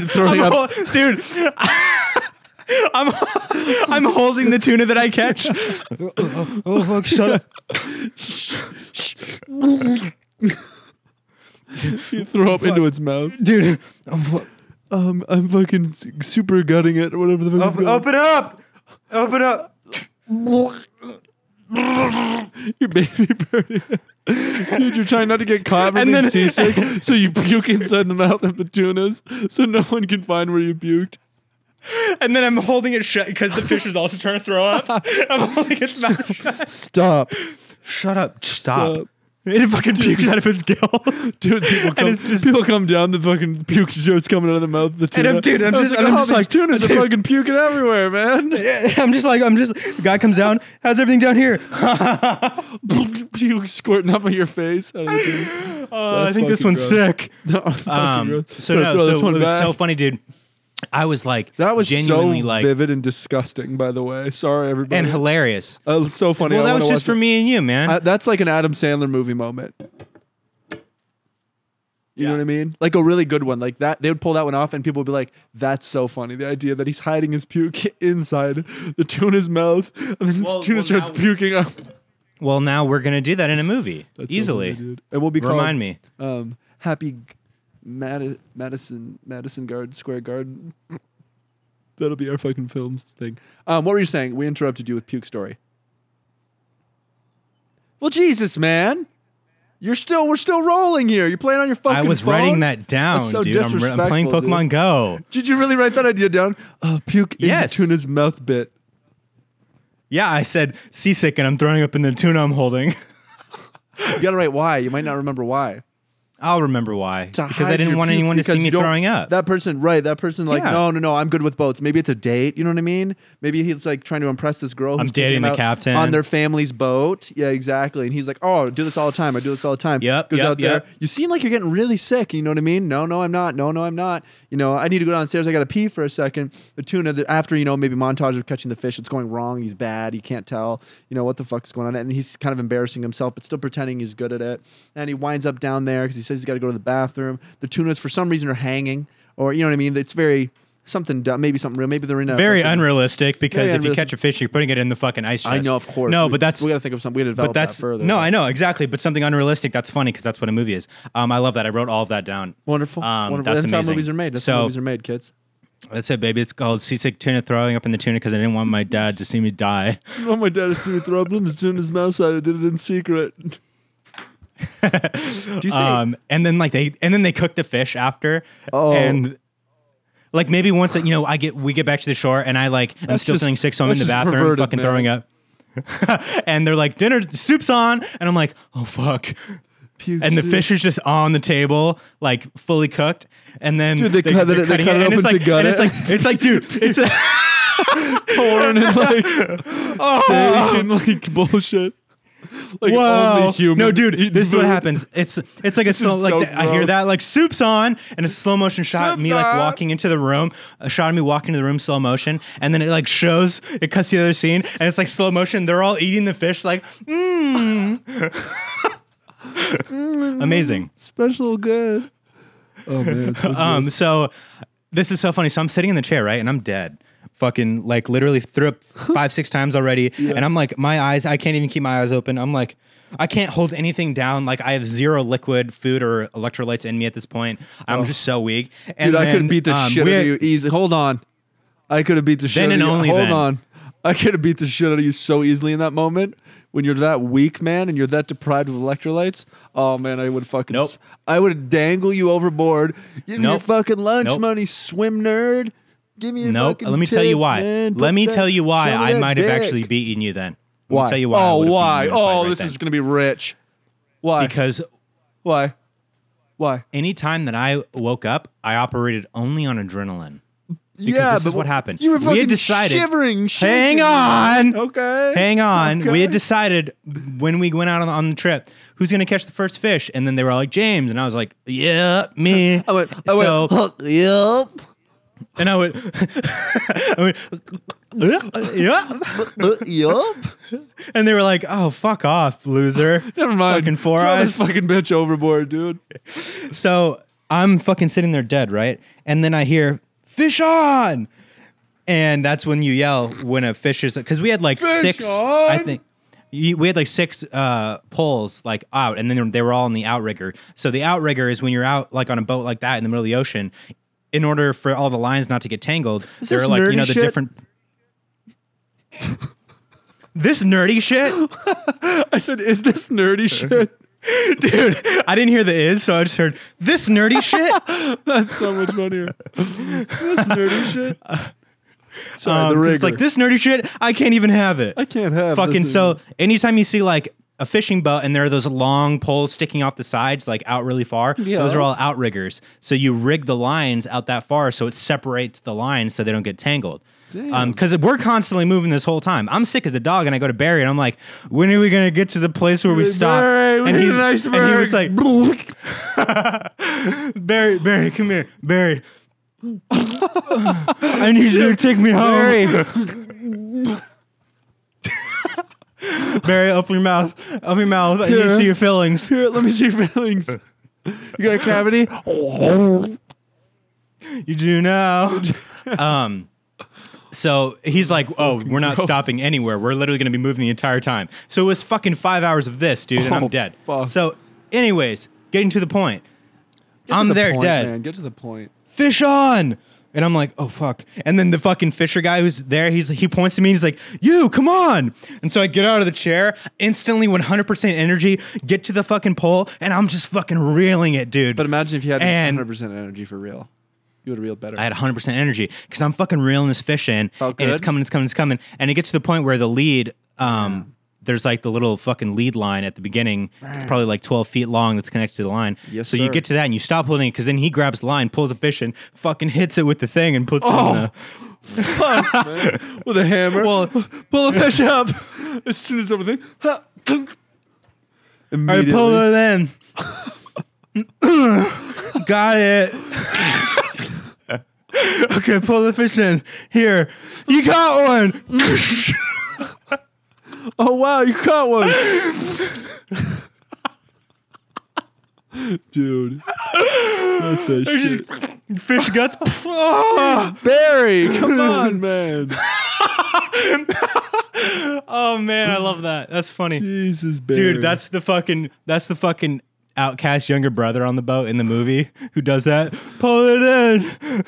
S1: throwing
S2: I'm
S1: up.
S2: hol- dude. I'm I'm holding the tuna that I catch. oh fuck! Shut up.
S1: You throw up into its mouth.
S2: dude.
S1: Um, I'm fucking s- super gutting it, whatever the fuck it's called.
S2: up. Open up.
S1: Your baby bird. Dude, you're trying not to get caught and
S2: And
S1: then
S2: then-
S1: seasick, so you puke inside the mouth of the tunas, so no one can find where you puked.
S2: And then I'm holding it shut because the fish was also trying to throw up. I'm holding its mouth shut.
S1: Stop,
S2: Shut up. Stop.
S1: Stop.
S2: It fucking pukes out of its gills.
S1: dude. People come,
S2: it's just-
S1: people come down. The fucking puke shit's coming out of the mouth of the
S2: And
S1: tuna.
S2: I'm- dude, I'm
S1: I was
S2: just- and I'm
S1: oh,
S2: just
S1: these
S2: like,
S1: tunas
S2: dude.
S1: are fucking puking everywhere, man.
S2: I'm just like, I'm just, the guy comes down. How's everything down here?
S1: puke squirting up at your face. I, don't know.
S2: Uh, I
S1: That's
S2: think this
S1: fucking gross.
S2: one's sick.
S1: No, it's fucking
S2: Um,
S1: gross.
S2: so
S1: Gotta
S2: no,
S1: throw
S2: so
S1: this one
S2: it was
S1: back.
S2: so funny, dude. I was like,
S1: that was
S2: genuinely
S1: so
S2: like,
S1: vivid and disgusting. By the way, sorry everybody.
S2: and hilarious.
S1: Uh, it's so funny.
S2: Well,
S1: I
S2: that
S1: wanna
S2: was
S1: watch
S2: just for
S1: it.
S2: me and you, man.
S1: I, that's like an Adam Sandler movie moment. You know what I mean? Like a really good one. Like that, they would pull that one off, and people would be like, "That's so funny." The idea that he's hiding his puke inside the tuna's mouth, and then
S2: Well-
S1: the tuna
S2: well,
S1: starts
S2: now-
S1: puking up
S2: well, now we're gonna do that in a movie
S1: That's so
S2: easily.
S1: funny, dude. and we'll be called,
S2: Remind me.
S1: um, Happy G- Madi- Madison Madison Garden Square Garden. That'll be our fucking films thing. Um, what were you saying? We interrupted you with puke story. Well, Jesus, man, you're still we're still rolling here. You're playing on your fucking.
S2: I was
S1: phone?
S2: writing that down,
S1: That's so
S2: dude. I'm, re- I'm playing
S1: disrespectful, dude.
S2: Pokemon Go.
S1: Did you really write that idea down? Uh, puke
S2: Yes.
S1: into tuna's mouth bit.
S2: Yeah, I said seasick and I'm throwing up in the tuna I'm holding.
S1: You gotta write why. You might not remember why.
S2: I'll remember why.
S1: to
S2: Because I
S1: hide
S2: didn't
S1: your
S2: want
S1: puke
S2: anyone to
S1: because
S2: see me
S1: you don't-
S2: throwing up.
S1: That person, right? That person, like,
S2: Yeah.
S1: no, no, no, I'm good with boats. Maybe it's a date. You know what I mean? Maybe he's like trying to impress this girl. Who's
S2: I'm
S1: taking
S2: dating
S1: him
S2: the
S1: out
S2: captain.
S1: on their family's boat. Yeah, exactly. And he's like, oh, I do this all the time. I do this all the time.
S2: Yep,
S1: Goes
S2: yep,
S1: out there.
S2: yep.
S1: You seem like you're getting really sick. You know what I mean? No, no, I'm not. No, no, I'm not. You know, I need to go downstairs. I got to pee for a second. The tuna. The, after you know, maybe montage of catching the fish. It's going wrong. He's bad. He can't tell. You know what the fuck's going on? And he's kind of embarrassing himself, but still pretending he's good at it. And he winds up down there because he says he's got to go to the bathroom. The tunas, for some reason, are hanging, or you know what I mean? It's very something dumb. Maybe something real. Maybe they're in a
S2: Very
S1: fucking-
S2: unrealistic because
S1: Very
S2: if you
S1: unrealistic.
S2: catch a fish, you're putting it in the fucking ice chest.
S1: I know, of course.
S2: No,
S1: We-
S2: but that's
S1: we got to think of something. We got to develop
S2: but that's
S1: that further.
S2: no, I know exactly. But something unrealistic. That's funny because that's what a movie is. Um, I love that. I wrote all of that down.
S1: Wonderful.
S2: Um,
S1: Wonderful.
S2: That's,
S1: That's,
S2: amazing.
S1: how movies are made. That's
S2: so
S1: how movies are made, kids.
S2: that's it, baby. It's called seasick tuna throwing up in the tuna because I didn't want my dad to see me die.
S1: Oh, my dad is me throw up in his mouth, so I did it in secret. Do you say?
S2: Um, and then like they and then they cook the fish after.
S1: Oh.
S2: And like maybe once you know I get we get back to the shore and I like I'm
S1: That's
S2: still
S1: just-
S2: feeling sick, so I'm in
S1: that's
S2: the
S1: just
S2: bathroom
S1: perverted,
S2: fucking
S1: man.
S2: throwing up. and they're like dinner soup's on and I'm like oh fuck.
S1: Puke
S2: And the
S1: soup.
S2: fish is just on the table, like fully cooked, and then
S1: Dude, they cut it-
S2: they're
S1: they
S2: cutting
S1: cut it
S2: and
S1: open
S2: it's
S1: to
S2: like,
S1: gut
S2: and
S1: it.
S2: it's like, it's like, dude, it's
S1: corn and like steak and like Oh! bullshit. Like
S2: Whoa!
S1: only human.
S2: No, dude,
S1: eat
S2: this is what
S1: food.
S2: happens. It's it's like a slow,
S1: is
S2: like
S1: so
S2: th- I hear
S1: gross.
S2: that like soup's on, and a slow motion shot of me like
S1: Soup's on.
S2: walking into the room, a shot of me walking into the room slow motion, and then it like shows it cuts to the other scene, and it's like slow motion. They're all eating the fish, like mmm, Mm. amazing.
S1: Special good. Oh man. it's so
S2: Um,
S1: gross.
S2: so this is so funny. So I'm sitting in the chair, right, and I'm dead. Fucking like literally threw up five six times already, and I'm like, my eyes, I can't even keep my eyes open. I'm like, I can't hold anything down. Like I have zero liquid food or electrolytes in me at this point. I'm just so weak. And
S1: Oh. dude, I could
S2: then,
S1: have beat the
S2: um,
S1: shit out
S2: we're-
S1: of you easy. Hold on. I could have beat the shit
S2: Then
S1: out
S2: and
S1: of you.
S2: only
S1: Hold
S2: then.
S1: on. I could have beat the shit out of you so easily in that moment when you're that weak, man, and you're that deprived of electrolytes. Oh man, I would fucking.
S2: Nope.
S1: s- I would dangle you overboard. Give me your
S2: Nope.
S1: fucking lunch
S2: Nope.
S1: money, swim nerd. Give me your
S2: No,
S1: fucking.
S2: let me tell you
S1: tits,
S2: why.
S1: man. Put
S2: Let me
S1: that-
S2: tell you why
S1: show me
S2: I
S1: that
S2: might have
S1: dick.
S2: actually beaten you then. Let me
S1: Why?
S2: tell you why. I
S1: Oh,
S2: would've beaten you
S1: why?
S2: in a fight
S1: Oh,
S2: right
S1: this
S2: then.
S1: is gonna be rich. Why?
S2: because
S1: why? Why?
S2: anytime that I woke up, I operated only on adrenaline.
S1: yeah,
S2: this
S1: but
S2: is what happened.
S1: You were
S2: We
S1: fucking
S2: had decided-
S1: shivering.
S2: Hang
S1: shaking.
S2: on.
S1: Okay.
S2: Hang on.
S1: Okay.
S2: We had decided when we went out on, on the trip who's going to catch the first fish, and then they were all like James, and I was like, "Yeah, me."
S1: I went. I
S2: so,
S1: went. Yup.
S2: and I went, I went,
S1: Uh,
S2: yeah,
S1: yup.
S2: and they were like, "Oh, fuck off, loser."
S1: Never mind.
S2: Fucking four
S1: Throw
S2: eyes.
S1: this fucking bitch overboard, dude.
S2: So I'm fucking sitting there dead, right? And then I hear fish on, and that's when you yell when a fish is because we had like
S1: Fish
S2: six,
S1: on!
S2: I think. you- We had like six uh, poles like out, and then they were all in the outrigger. So the outrigger is when you're out like on a boat like that in the middle of the ocean. In order for all the lines not to get tangled,
S1: Is
S2: there
S1: this
S2: are like
S1: nerdy
S2: you know the
S1: shit?
S2: different. this nerdy shit,
S1: I said, "Is this nerdy shit?"
S2: dude. I didn't hear the is, so I just heard this nerdy shit.
S1: That's so much funnier. this nerdy shit. Sorry,
S2: Um,
S1: the
S2: 'cause
S1: rigor.
S2: it's like this nerdy shit. I can't even have it.
S1: I can't have
S2: fucking.
S1: this
S2: So anytime you see like a fishing boat and there are those long poles sticking off the sides, like out really far,
S1: Yeah.
S2: those are all outriggers. So you rig the lines out that far so it separates the lines so they don't get tangled.
S1: Damn.
S2: Because we're constantly moving this whole time. I'm sick as a dog, and I go to Barry, and I'm like, "When are we gonna get to the place where we
S1: Hey,
S2: stop?"
S1: Barry, we
S2: and,
S1: hit
S2: he's-
S1: an iceberg.
S2: and he was like, Barry, Barry, come here, Barry. I need you to take me home. Barry, open your mouth. Open your mouth. I need to see your feelings.
S1: Here, let me see your feelings. You got a cavity?
S2: You do now. um, so he's like, "Oh, we're not stopping anywhere. We're literally going to be moving the entire time." So it was fucking five hours of this, dude, and
S1: Oh,
S2: I'm dead.
S1: fuck.
S2: So, anyways, getting to the point, I'm
S1: To the
S2: there
S1: point,
S2: dead.
S1: Man. Get to the point.
S2: fish on. And I'm like, oh fuck. And then the fucking fisher guy who's there, he's he points to me and he's like, you, come on. And so I get out of the chair, instantly 100% energy, get to the fucking pole, and I'm just fucking reeling it, dude.
S1: But imagine if you had
S2: And-
S1: 100% energy for real. You would have reeled better.
S2: I had 100% energy because I'm fucking reeling this fish in,
S1: Felt
S2: and it's
S1: good?
S2: coming, it's coming, it's coming. And it gets to the point where the lead, um, there's like the little fucking lead line at the beginning. It's probably like 12 feet long that's connected to the line.
S1: Yes,
S2: so
S1: sir.
S2: you get to that and you stop holding it because then he grabs the line, pulls the fish in, fucking hits it with the thing and puts it in
S1: Oh,
S2: the.
S1: With a hammer.
S2: Well,
S1: pull the fish up as soon as everything. Ha, thunk.
S2: I
S1: Immediately.
S2: pulled it in. Got it. okay, pull the fish in. Here. You got one.
S1: Oh wow, you caught one. Dude. That's that shit.
S2: fish guts. oh,
S1: Barry, come on, man.
S2: oh, man, I love that. That's funny.
S1: Jesus, Barry.
S2: Dude, that's the fucking that's the fucking outcast younger brother on the boat in the movie who does that. Pull it in.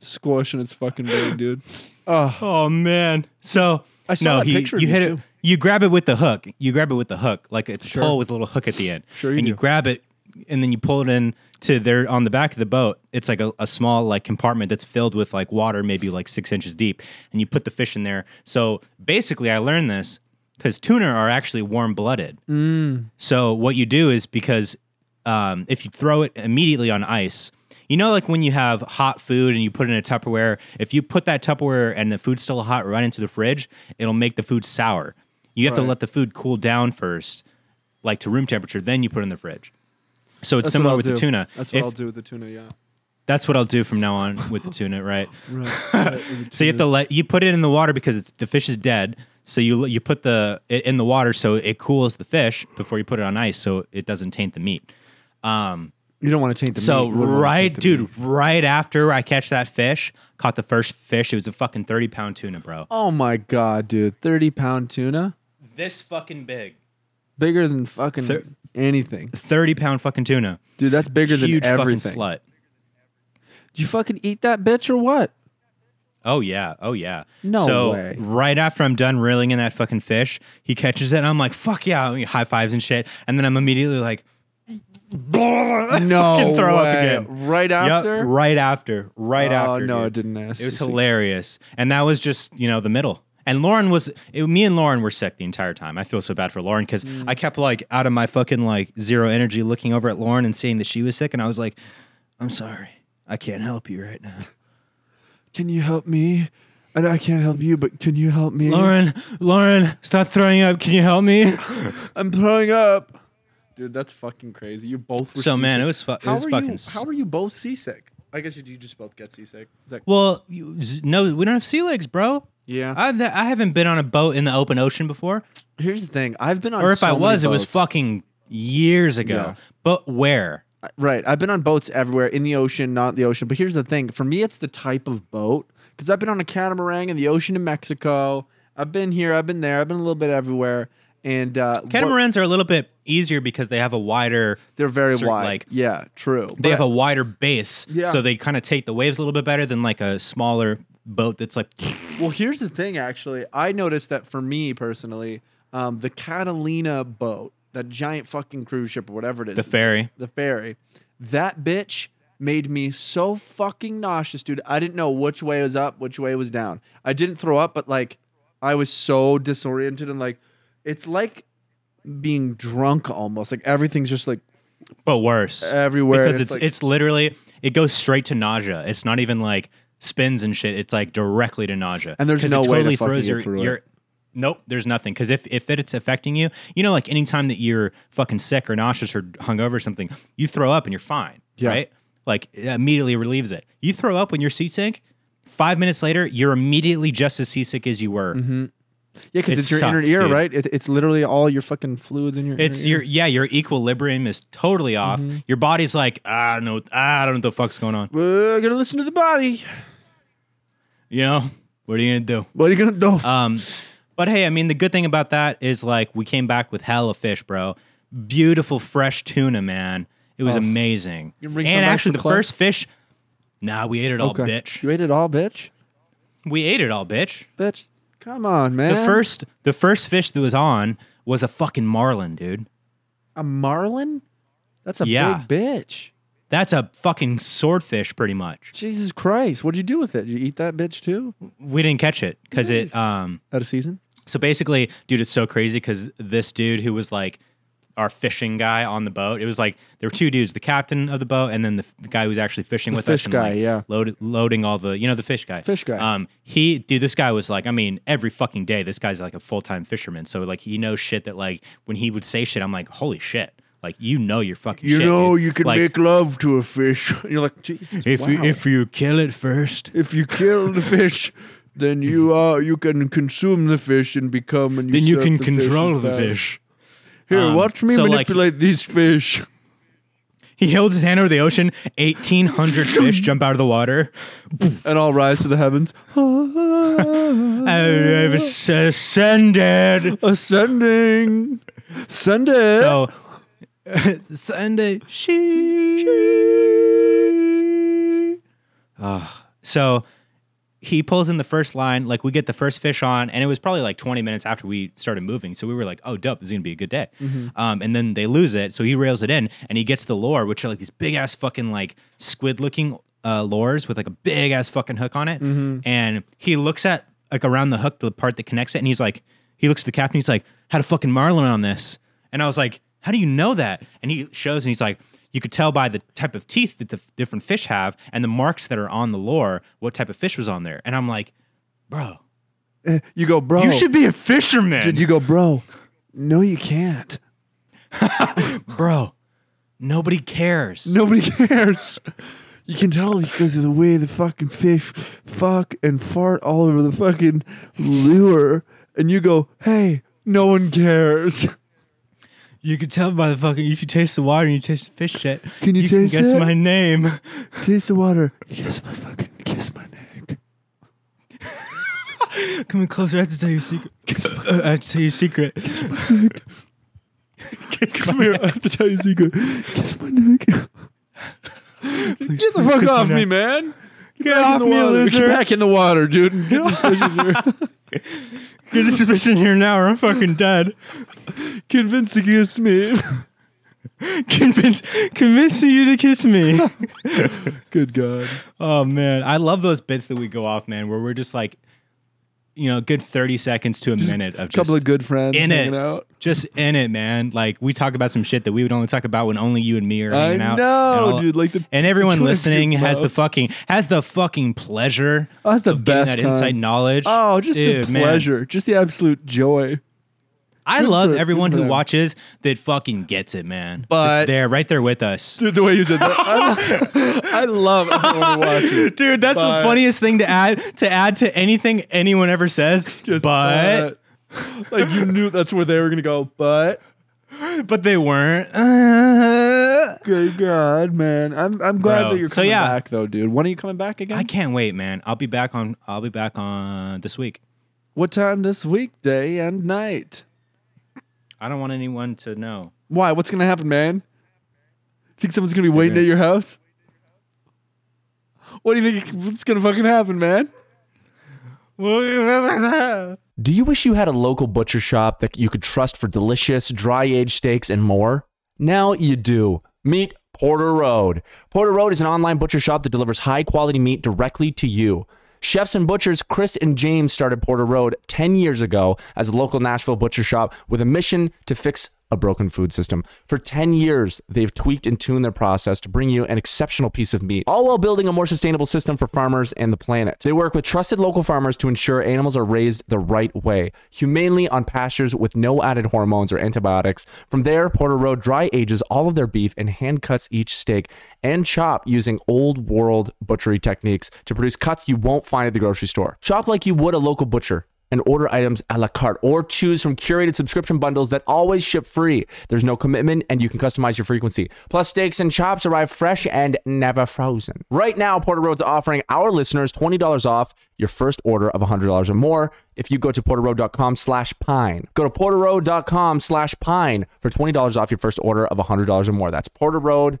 S1: squashing its fucking brain, dude. Oh,
S2: Oh man. So
S1: I saw
S2: no,
S1: that
S2: he,
S1: picture of
S2: you
S1: you,
S2: hit
S1: too.
S2: it. You grab it with the hook. You grab it with the hook, like it's
S1: Sure.
S2: a pole with a little hook at the end.
S1: Sure you
S2: and you
S1: do.
S2: grab it, and then you pull it in to there on the back of the boat. It's like a, a small like compartment that's filled with like water, maybe like six inches deep, and you put the fish in there. So basically, I learned this because tuna are actually warm blooded. So what you do is because um, if you throw it immediately on ice, you know, like when you have hot food and you put it in a Tupperware, if you put that Tupperware and the food's still hot right into the fridge, it'll make the food sour. You have to
S1: Right.
S2: let the food cool down first, like to room temperature, then you put it in the fridge. So it's
S1: That's what
S2: similar
S1: I'll
S2: with
S1: do.
S2: the tuna.
S1: That's what
S2: If-
S1: I'll do with the tuna. Yeah.
S2: that's what I'll do from now on with the tuna, right?
S1: Right. right, with the
S2: So you have to
S1: tunas.
S2: let you put it in the water because it's the fish is dead. So you you put the it in the water so it cools the fish before you put it on ice so it doesn't taint the meat. Um,
S1: You don't want to taint the
S2: so
S1: meat. You wouldn't wanna
S2: right,
S1: taint the
S2: dude,
S1: meat.
S2: right after I catch that fish, caught the first fish. It was a fucking thirty pound tuna, bro.
S1: Oh my god, dude! Thirty pound tuna,
S2: This fucking big,
S1: bigger than fucking
S2: Thir-
S1: anything,
S2: thirty pound fucking tuna.
S1: dude. That's bigger
S2: Huge
S1: than
S2: fucking
S1: everything.
S2: slut.
S1: Did you fucking eat that bitch or what?
S2: Oh yeah, oh yeah.
S1: No
S2: so,
S1: way.
S2: Right after I'm done reeling in that fucking fish, he catches it, and I'm like, "Fuck yeah!" I mean, high fives and shit, and then I'm immediately like,
S1: No
S2: fucking throw
S1: way.
S2: up again.
S1: Right
S2: Yup,
S1: after.
S2: right after, right
S1: oh,
S2: after.
S1: no,
S2: dude.
S1: it didn't. Ask
S2: It was
S1: to see.
S2: hilarious, and that was just you know the middle. And Lauren was it, me and Lauren were sick the entire time. I feel so bad for Lauren because
S1: Mm.
S2: I kept like out of my fucking like zero energy looking over at Lauren and seeing that she was sick, and I was like, "I'm sorry, I can't help you right now."
S1: Can you help me? And I can't help you, but can you help me?
S2: Lauren, Lauren, stop throwing up. Can you help me?
S1: I'm throwing up. Dude, that's fucking crazy. You both were
S2: So, man,
S1: seasick.
S2: it was fu- it
S1: How
S2: was
S1: were
S2: fucking
S1: You,
S2: s-
S1: how were you both seasick? I guess you, you just both get seasick. Is that-
S2: Well, you, z- no, we don't have sea legs, bro.
S1: yeah.
S2: I've I haven't been on a boat in the open ocean before,
S1: Here's the thing. I've been on.
S2: or if
S1: so
S2: I
S1: many
S2: was, it was
S1: boats.
S2: fucking years ago.
S1: Yeah.
S2: But where?
S1: Right. I've been on boats everywhere in the ocean, not the ocean. But here's the thing. For me, it's the type of boat because I've been on a catamaran in the ocean in Mexico. I've been here. I've been there. I've been a little bit everywhere. And uh, what-
S2: Catamarans are a little bit easier because they have a wider
S1: they're very
S2: Certain,
S1: wide.
S2: like-
S1: yeah, true.
S2: they have
S1: But-
S2: a wider base,
S1: Yeah.
S2: so they kind of take the waves a little bit better than like a smaller boat that's like
S1: Well, here's the thing. Actually, I noticed that for me personally, um, the Catalina boat, that giant fucking cruise ship or whatever it is,
S2: the ferry.
S1: the ferry, that bitch made me so fucking nauseous, dude. I didn't know which way was up, which way was down. I didn't throw up, but like, I was so disoriented and like, it's like being drunk almost. Like everything's just like
S2: But worse,
S1: everywhere.
S2: because it's it's,
S1: like-
S2: literally it goes straight to nausea. It's not even like spins and shit. It's like directly to nausea.
S1: And there's
S2: 'Cause
S1: no
S2: it
S1: way to
S2: totally
S1: fucking
S2: throws
S1: get
S2: your,
S1: through it.
S2: your Nope, there's nothing. Because if, if it's affecting you, you know, like anytime that you're fucking sick or nauseous or hungover or something, you throw up and you're fine,
S1: Yeah.
S2: right? Like it immediately relieves it. You throw up when you're seasick. Five minutes later, you're immediately just as seasick as you were.
S1: Mm-hmm. yeah, because
S2: it
S1: it's your inner
S2: sucked,
S1: ear,
S2: dude.
S1: right? It, it's literally all your fucking fluids in your.
S2: It's
S1: inner ear.
S2: your yeah, your equilibrium is totally off.
S1: Mm-hmm.
S2: Your body's like I don't know, I don't know what the fuck's going on.
S1: Well, I gotta listen to the body.
S2: You know, what are you gonna do?
S1: What are you gonna do?
S2: Um, but hey, I mean, the good thing about that is like we came back with hella fish, bro. Beautiful fresh tuna, man. It was amazing.
S1: Oh. You
S2: And
S1: bring some back
S2: actually,
S1: from
S2: the
S1: Clark?
S2: first fish. Nah, we ate it all, bitch.
S1: You ate it all, bitch.
S2: We ate it all, bitch.
S1: Bitch, come on, man.
S2: The first, the first fish that was on was a fucking marlin, dude.
S1: a marlin. That's a
S2: Yeah.
S1: big bitch.
S2: That's a fucking swordfish, pretty much.
S1: Jesus Christ, what'd you do with it? Did you eat that bitch too?
S2: We didn't catch it because it, um,
S1: Out of season?
S2: So basically, dude, it's so crazy because this dude who was like our fishing guy on the boat, it was like there were two dudes, the captain of the boat and then the, the guy who was actually fishing with
S1: fish
S2: us. and,
S1: guy,
S2: like,
S1: yeah.
S2: Load, loading all the, you know, the fish guy.
S1: Fish guy.
S2: Um, he, dude, this guy was like, I mean, every fucking day, this guy's like a full time fisherman. So like, he knows shit that like when he would say shit, I'm like, holy shit. Like, you know, you're fucking shit, dude. Like,
S1: love to a fish. You're like, Jesus.
S2: If you, if you kill it first,
S1: if you kill the fish, then you are you can consume the fish and become and
S2: then you
S1: serve
S2: can
S1: the fish
S2: control
S1: as
S2: the
S1: well.
S2: fish.
S1: Here,
S2: Um,
S1: watch me
S2: so, like-
S1: manipulate these fish.
S2: He held his hand over the ocean. 1,800 fish jump out of the water.
S1: And I'll rise to the heavens.
S2: I've ascended.
S1: Ascending. Sunday.
S2: So, Sunday. She. Ah, so, he pulls in the first line. Like, we get the first fish on, and it was probably like 20 minutes after we started moving. So, we were like, oh, dope. This is going to be a good day. Um, and then they lose it. So, he rails it in, and he gets the lure, which are like these big ass fucking, like, squid looking uh, lures with like a big ass fucking hook on it. And he looks at, like, around the hook, the part that connects it, and he's like, he looks at the captain. He's like, had a fucking marlin on this. And I was like, how do you know that? And he shows and he's like, you could tell by the type of teeth that the f- different fish have and the marks that are on the lure, what type of fish was on there. And I'm like, bro,
S1: eh, you go, bro.
S2: You should be a fisherman.
S1: Dude, you go, bro. No, you can't.
S2: Bro, nobody cares.
S1: Nobody cares. You can tell because of the way the fucking fish fuck and fart all over the fucking lure. And you go, hey, no one cares.
S2: You could tell by the fucking if you taste the water and you taste the fish shit.
S1: Can you taste
S2: guess
S1: it?
S2: my name?
S1: Taste the water. Kiss my fucking, kiss my neck.
S2: Come in closer. I have to tell you a secret. I have to tell you a secret. Kiss my
S1: Come here, I have to tell you a secret. Kiss my neck. Get the fuck
S2: kiss my
S1: off me,
S2: neck.
S1: man. Get,
S2: off me, loser.
S1: Get back in the water, dude. and Get this fish in here.
S2: Get this fish in here now, or I'm fucking dead.
S1: Convince to kiss me.
S2: Convince, convincing you to kiss me.
S1: Good God.
S2: Oh man, I love those bits that we go off, man, where we're just like, you know, a good thirty seconds to a minute
S1: A
S2: of
S1: couple
S2: just
S1: of good friends
S2: in
S1: hanging
S2: it.
S1: out.
S2: just in it, man. Like we talk about some shit that we would only talk about when only you and me are
S1: I
S2: hanging out.
S1: know,
S2: and all-
S1: dude. Like the
S2: And everyone
S1: between
S2: listening
S1: your
S2: has the
S1: mouth.
S2: fucking has the fucking pleasure.
S1: Oh, that's the
S2: of getting
S1: best
S2: that insight
S1: time.
S2: knowledge.
S1: Oh, just
S2: Dude,
S1: the
S2: man.
S1: pleasure, just the absolute joy.
S2: I
S1: Good
S2: love
S1: for-
S2: everyone
S1: good for
S2: who
S1: them.
S2: watches that fucking gets it, man.
S1: But-
S2: it's there, right there with us.
S1: Dude, the way you said that, I, lo- I love everyone watching.
S2: Dude, that's
S1: But-
S2: the funniest thing to add to add to anything anyone ever says. but
S1: but like you knew that's where they were gonna go. But
S2: but they weren't. Uh,
S1: good God, man, I'm I'm glad
S2: Bro.
S1: that you're
S2: So,
S1: coming
S2: yeah.
S1: back though, dude. When are you coming back again?
S2: I can't wait, man. I'll be back on. I'll be back on this week.
S1: what time this week, day and night?
S2: I don't want anyone to know.
S1: Why? What's gonna happen, man? Think someone's gonna be waiting
S2: gonna-
S1: at your house? What do you think? What's gonna fucking happen, man?
S3: Do you wish you had a local butcher shop that you could trust for delicious, dry aged steaks and more? Now you do. Meet Porter Road. Porter Road is an online butcher shop that delivers high quality meat directly to you. Chefs and butchers Chris and James started Porter Road 10 years ago as a local Nashville butcher shop with a mission to fix a broken food system. For 10 years, they've tweaked and tuned their process to bring you an exceptional piece of meat, all while building a more sustainable system for farmers and the planet. They work with trusted local farmers to ensure animals are raised the right way, humanely on pastures with no added hormones or antibiotics. From there, Porter Road dry ages all of their beef and hand cuts each steak and chop using old world butchery techniques to produce cuts you won't find at the grocery store. Chop like you would a local butcher and order items a la carte or choose from curated subscription bundles that always ship free. There's no commitment and you can customize your frequency. Plus, steaks and chops arrive fresh and never frozen. Right now, Porter Road's offering our listeners $20 off your first order of $100 or more if you go to porterroad.com slash pine. Go to porterroad.com slash pine for $20 off your first order of $100 or more. That's Porter Road,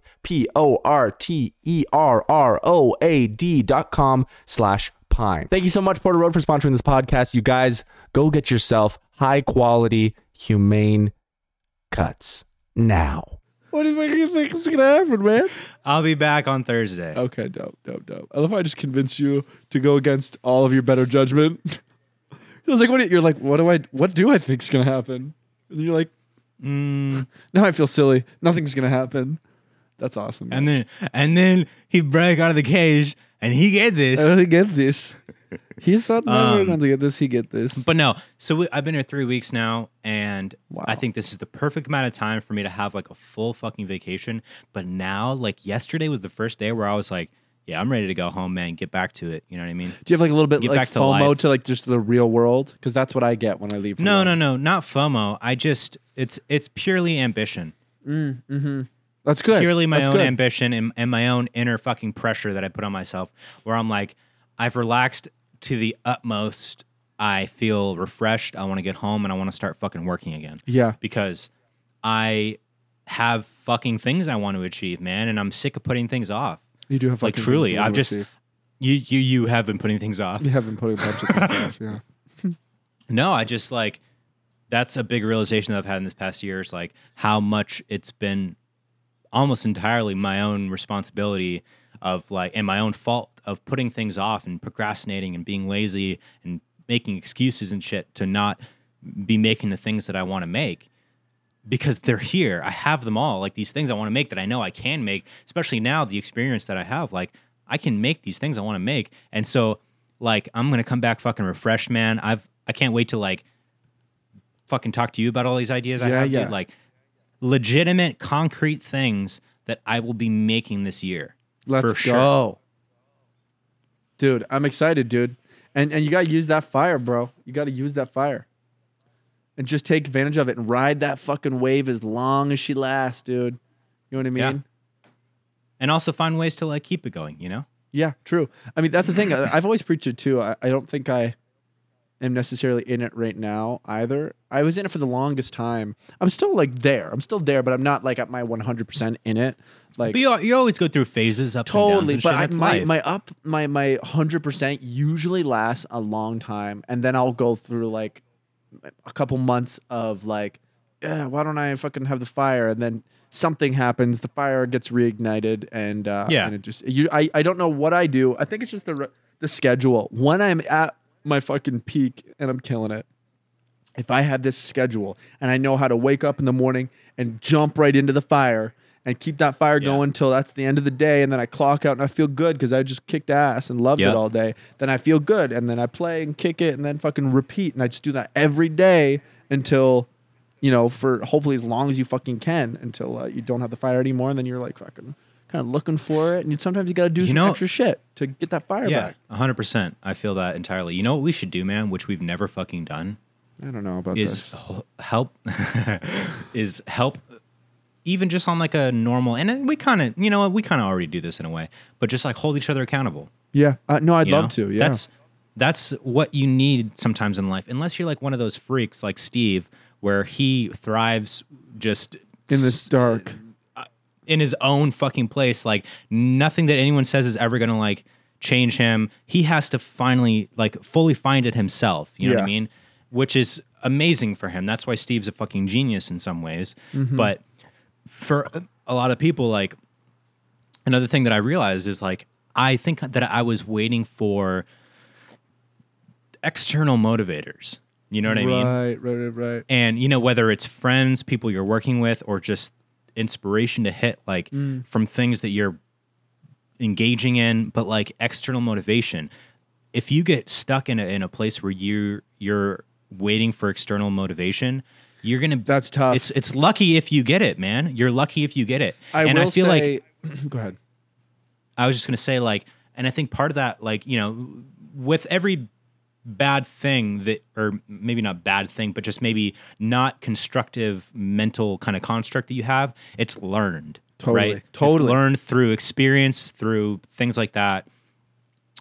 S3: E P-O-R-T-E-R-R-O-A-D dot com slash Pine. Thank you so much, Porter Road, for sponsoring this podcast. You guys, go get yourself high quality, humane cuts now.
S1: What do you think- you think is gonna happen, man?
S2: I'll be back on Thursday.
S1: Okay, dope, dope, dope. I love how I just convinced you to go against all of your better judgment. I was like, what? do you- You're like, what do I? What do I think's gonna happen? And you're like,
S2: Mm,
S1: now I feel silly. Nothing's gonna happen. That's awesome.
S2: and then and then he break out of the cage and he get this.
S1: I don't get this. He thought never
S2: Um,
S1: um, going to get this. He get this.
S2: But no, so we, I've been here three weeks now, and I
S1: Wow.
S2: think this is the perfect amount of time for me to have like a full fucking vacation. But now, like yesterday was the first day where I was like, yeah, I'm ready to go home, man. Get back to it. You know what I mean?
S1: do you have like a little bit
S2: Get
S1: like
S2: back to
S1: FOMO
S2: life.
S1: to like just the real world? Because that's what I get when I leave.
S2: No, no, no, not FOMO. I just it's it's purely ambition,
S1: That's good.
S2: purely my
S1: That's
S2: own
S1: good.
S2: ambition and, and my own inner fucking pressure that I put on myself. Where I'm like, I've relaxed to the utmost. I feel refreshed. I want to get home and I want to start fucking working again.
S1: yeah,
S2: because I have fucking things I want to achieve, man, and I'm sick of putting things off.
S1: you do have
S2: Like
S1: fucking things
S2: truly,
S1: you wanna
S2: I've just
S1: achieve.
S2: you you you have been putting things off.
S1: you have been putting a bunch of things off. Yeah.
S2: No, I just like that's a big realization that I've had in this past year is like how much it's been almost entirely my own responsibility of like and my own fault of putting things off and procrastinating and being lazy and making excuses and shit to not be making the things that I want to make because they're here. I have them all. Like these things I want to make that I know I can make, especially now the experience that I have. Like I can make these things I want to make. And so like I'm gonna come back fucking refreshed, man. I've I can't wait to like fucking talk to you about all these ideas I
S1: Yeah,
S2: have,
S1: yeah.
S2: dude. Like legitimate, concrete things that I will be making this year.
S1: Let's
S2: for sure.
S1: go. Dude, I'm excited, dude. And and you gotta use that fire, bro. You gotta use that fire. And just take advantage of it and ride that fucking wave as long as she lasts, dude. You know what I mean?
S2: Yeah. And also find ways to like keep it going, you know?
S1: Yeah, true. I mean, that's the thing. I- I've always preached it too. I, I don't think I am necessarily in it right now either. I was in it for the longest time. I'm still like there. I'm still there, but I'm not like at my 100% in it. Like
S2: But you, you always go through phases up
S1: totally,
S2: and
S1: but
S2: down.
S1: I,
S2: and shit. That's
S1: my
S2: life.
S1: my up my my 100% usually lasts a long time, and then I'll go through like a couple months of like, yeah, why don't I fucking have the fire? And then something happens, the fire gets reignited, and uh,
S2: Yeah.
S1: and it just you. I I don't know what I do. I think it's just the re- the schedule. When I'm at my fucking peak and I'm killing it. If I had this schedule and I know how to wake up in the morning and jump right into the fire and keep that fire
S2: Yeah.
S1: going till that's the end of the day, and then I clock out and I feel good because I just kicked ass and loved
S2: Yep.
S1: it all day, then I feel good. And then I play and kick it and then fucking repeat. And I just do that every day until, you know, for hopefully as long as you fucking can until uh, you don't have the fire anymore. And then you're like fucking kind of looking for it. And you, sometimes you got to do some
S2: know-
S1: extra shit to get that fire
S2: yeah,
S1: back.
S2: 100%. I feel that entirely. You know what we should do, man, which we've never fucking done?
S1: I don't know about
S2: is
S1: this.
S2: h- help is help even just on like a normal and then we kind of you know what, we kind of already do this in a way but just like hold each other accountable
S1: Yeah. Uh, no, I'd
S2: you
S1: love
S2: know?
S1: to. Yeah.
S2: that's that's what you need sometimes in life unless you're like one of those freaks like steve where he thrives just
S1: in
S2: s-
S1: the dark.
S2: in his own fucking place. Like nothing that anyone says is ever gonna like change him. He has to finally like fully find it himself. You know what I
S1: Yeah.
S2: mean? Which is amazing for him. That's why Steve's a fucking genius in some ways.
S1: Mm-hmm.
S2: But for a lot of people, like another thing that I realized is like I think that I was waiting for external motivators. You know what I mean?
S1: Right, right, right, right.
S2: and you know whether it's friends people you're working with or just inspiration to hit like
S1: Mm.
S2: from things that you're engaging in but like external motivation if you get stuck in a, in a place where you you're waiting for external motivation you're gonna
S1: That's tough.
S2: it's it's lucky if you get it man you're lucky if you get it
S1: I
S2: and
S1: will
S2: i feel like
S1: say, go ahead.
S2: I was just going to say, like, and I think part of that, like, you know, with every bad thing that, or maybe not bad thing, but just maybe not constructive mental kind of construct that you have, it's learned.
S1: Totally.
S2: Right? It's
S1: Totally.
S2: learned through experience, through things like that.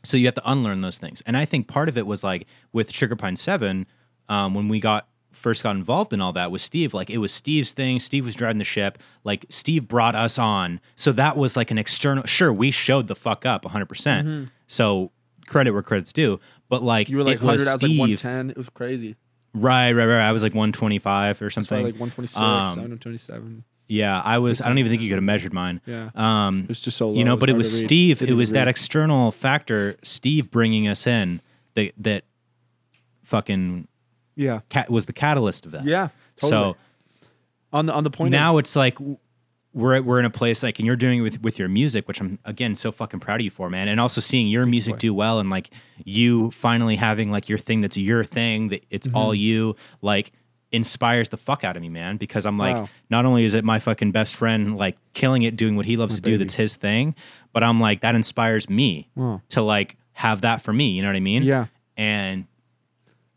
S2: So you have to unlearn those things. And I think part of it was like with Sugar Pine 7, um, when we got first got involved in all that with Steve, like it was Steve's thing. Steve was driving the ship. Like Steve brought us on. So that was like an external, sure, we showed the fuck up 100%. percent So credit where credit's due. But like,
S1: Mm-hmm. You were like
S2: it was
S1: 100, I was like
S2: Steve.
S1: 110. It was crazy.
S2: Right, right, right. I was like 125 or
S1: Probably
S2: something.
S1: like 126,
S2: Um,
S1: 727.
S2: yeah, I was, I don't even think you could have measured mine.
S1: Yeah.
S2: Um,
S1: It was just so low.
S2: you know, but it
S1: hard
S2: was
S1: to read.
S2: Steve.
S1: Couldn't
S2: It was
S1: even
S2: that
S1: read.
S2: external factor, Steve bringing us in that that fucking
S1: yeah.
S2: cat was the catalyst of that.
S1: Yeah. Totally.
S2: So
S1: on the on the point
S2: now
S1: of,
S2: it's like w- we're we're in a place like, and you're doing it with with your music, which I'm again so fucking proud of you for, man. And also seeing your music
S1: boy.
S2: do well, and like you finally having like your thing that's your thing that it's
S1: Mm-hmm.
S2: all you like inspires the fuck out of me man because i'm like
S1: Wow.
S2: not only is it my fucking best friend like killing it doing what he loves to do
S1: baby.
S2: that's his thing but i'm like that inspires me
S1: Wow.
S2: to like have that for me you know what i mean
S1: Yeah.
S2: and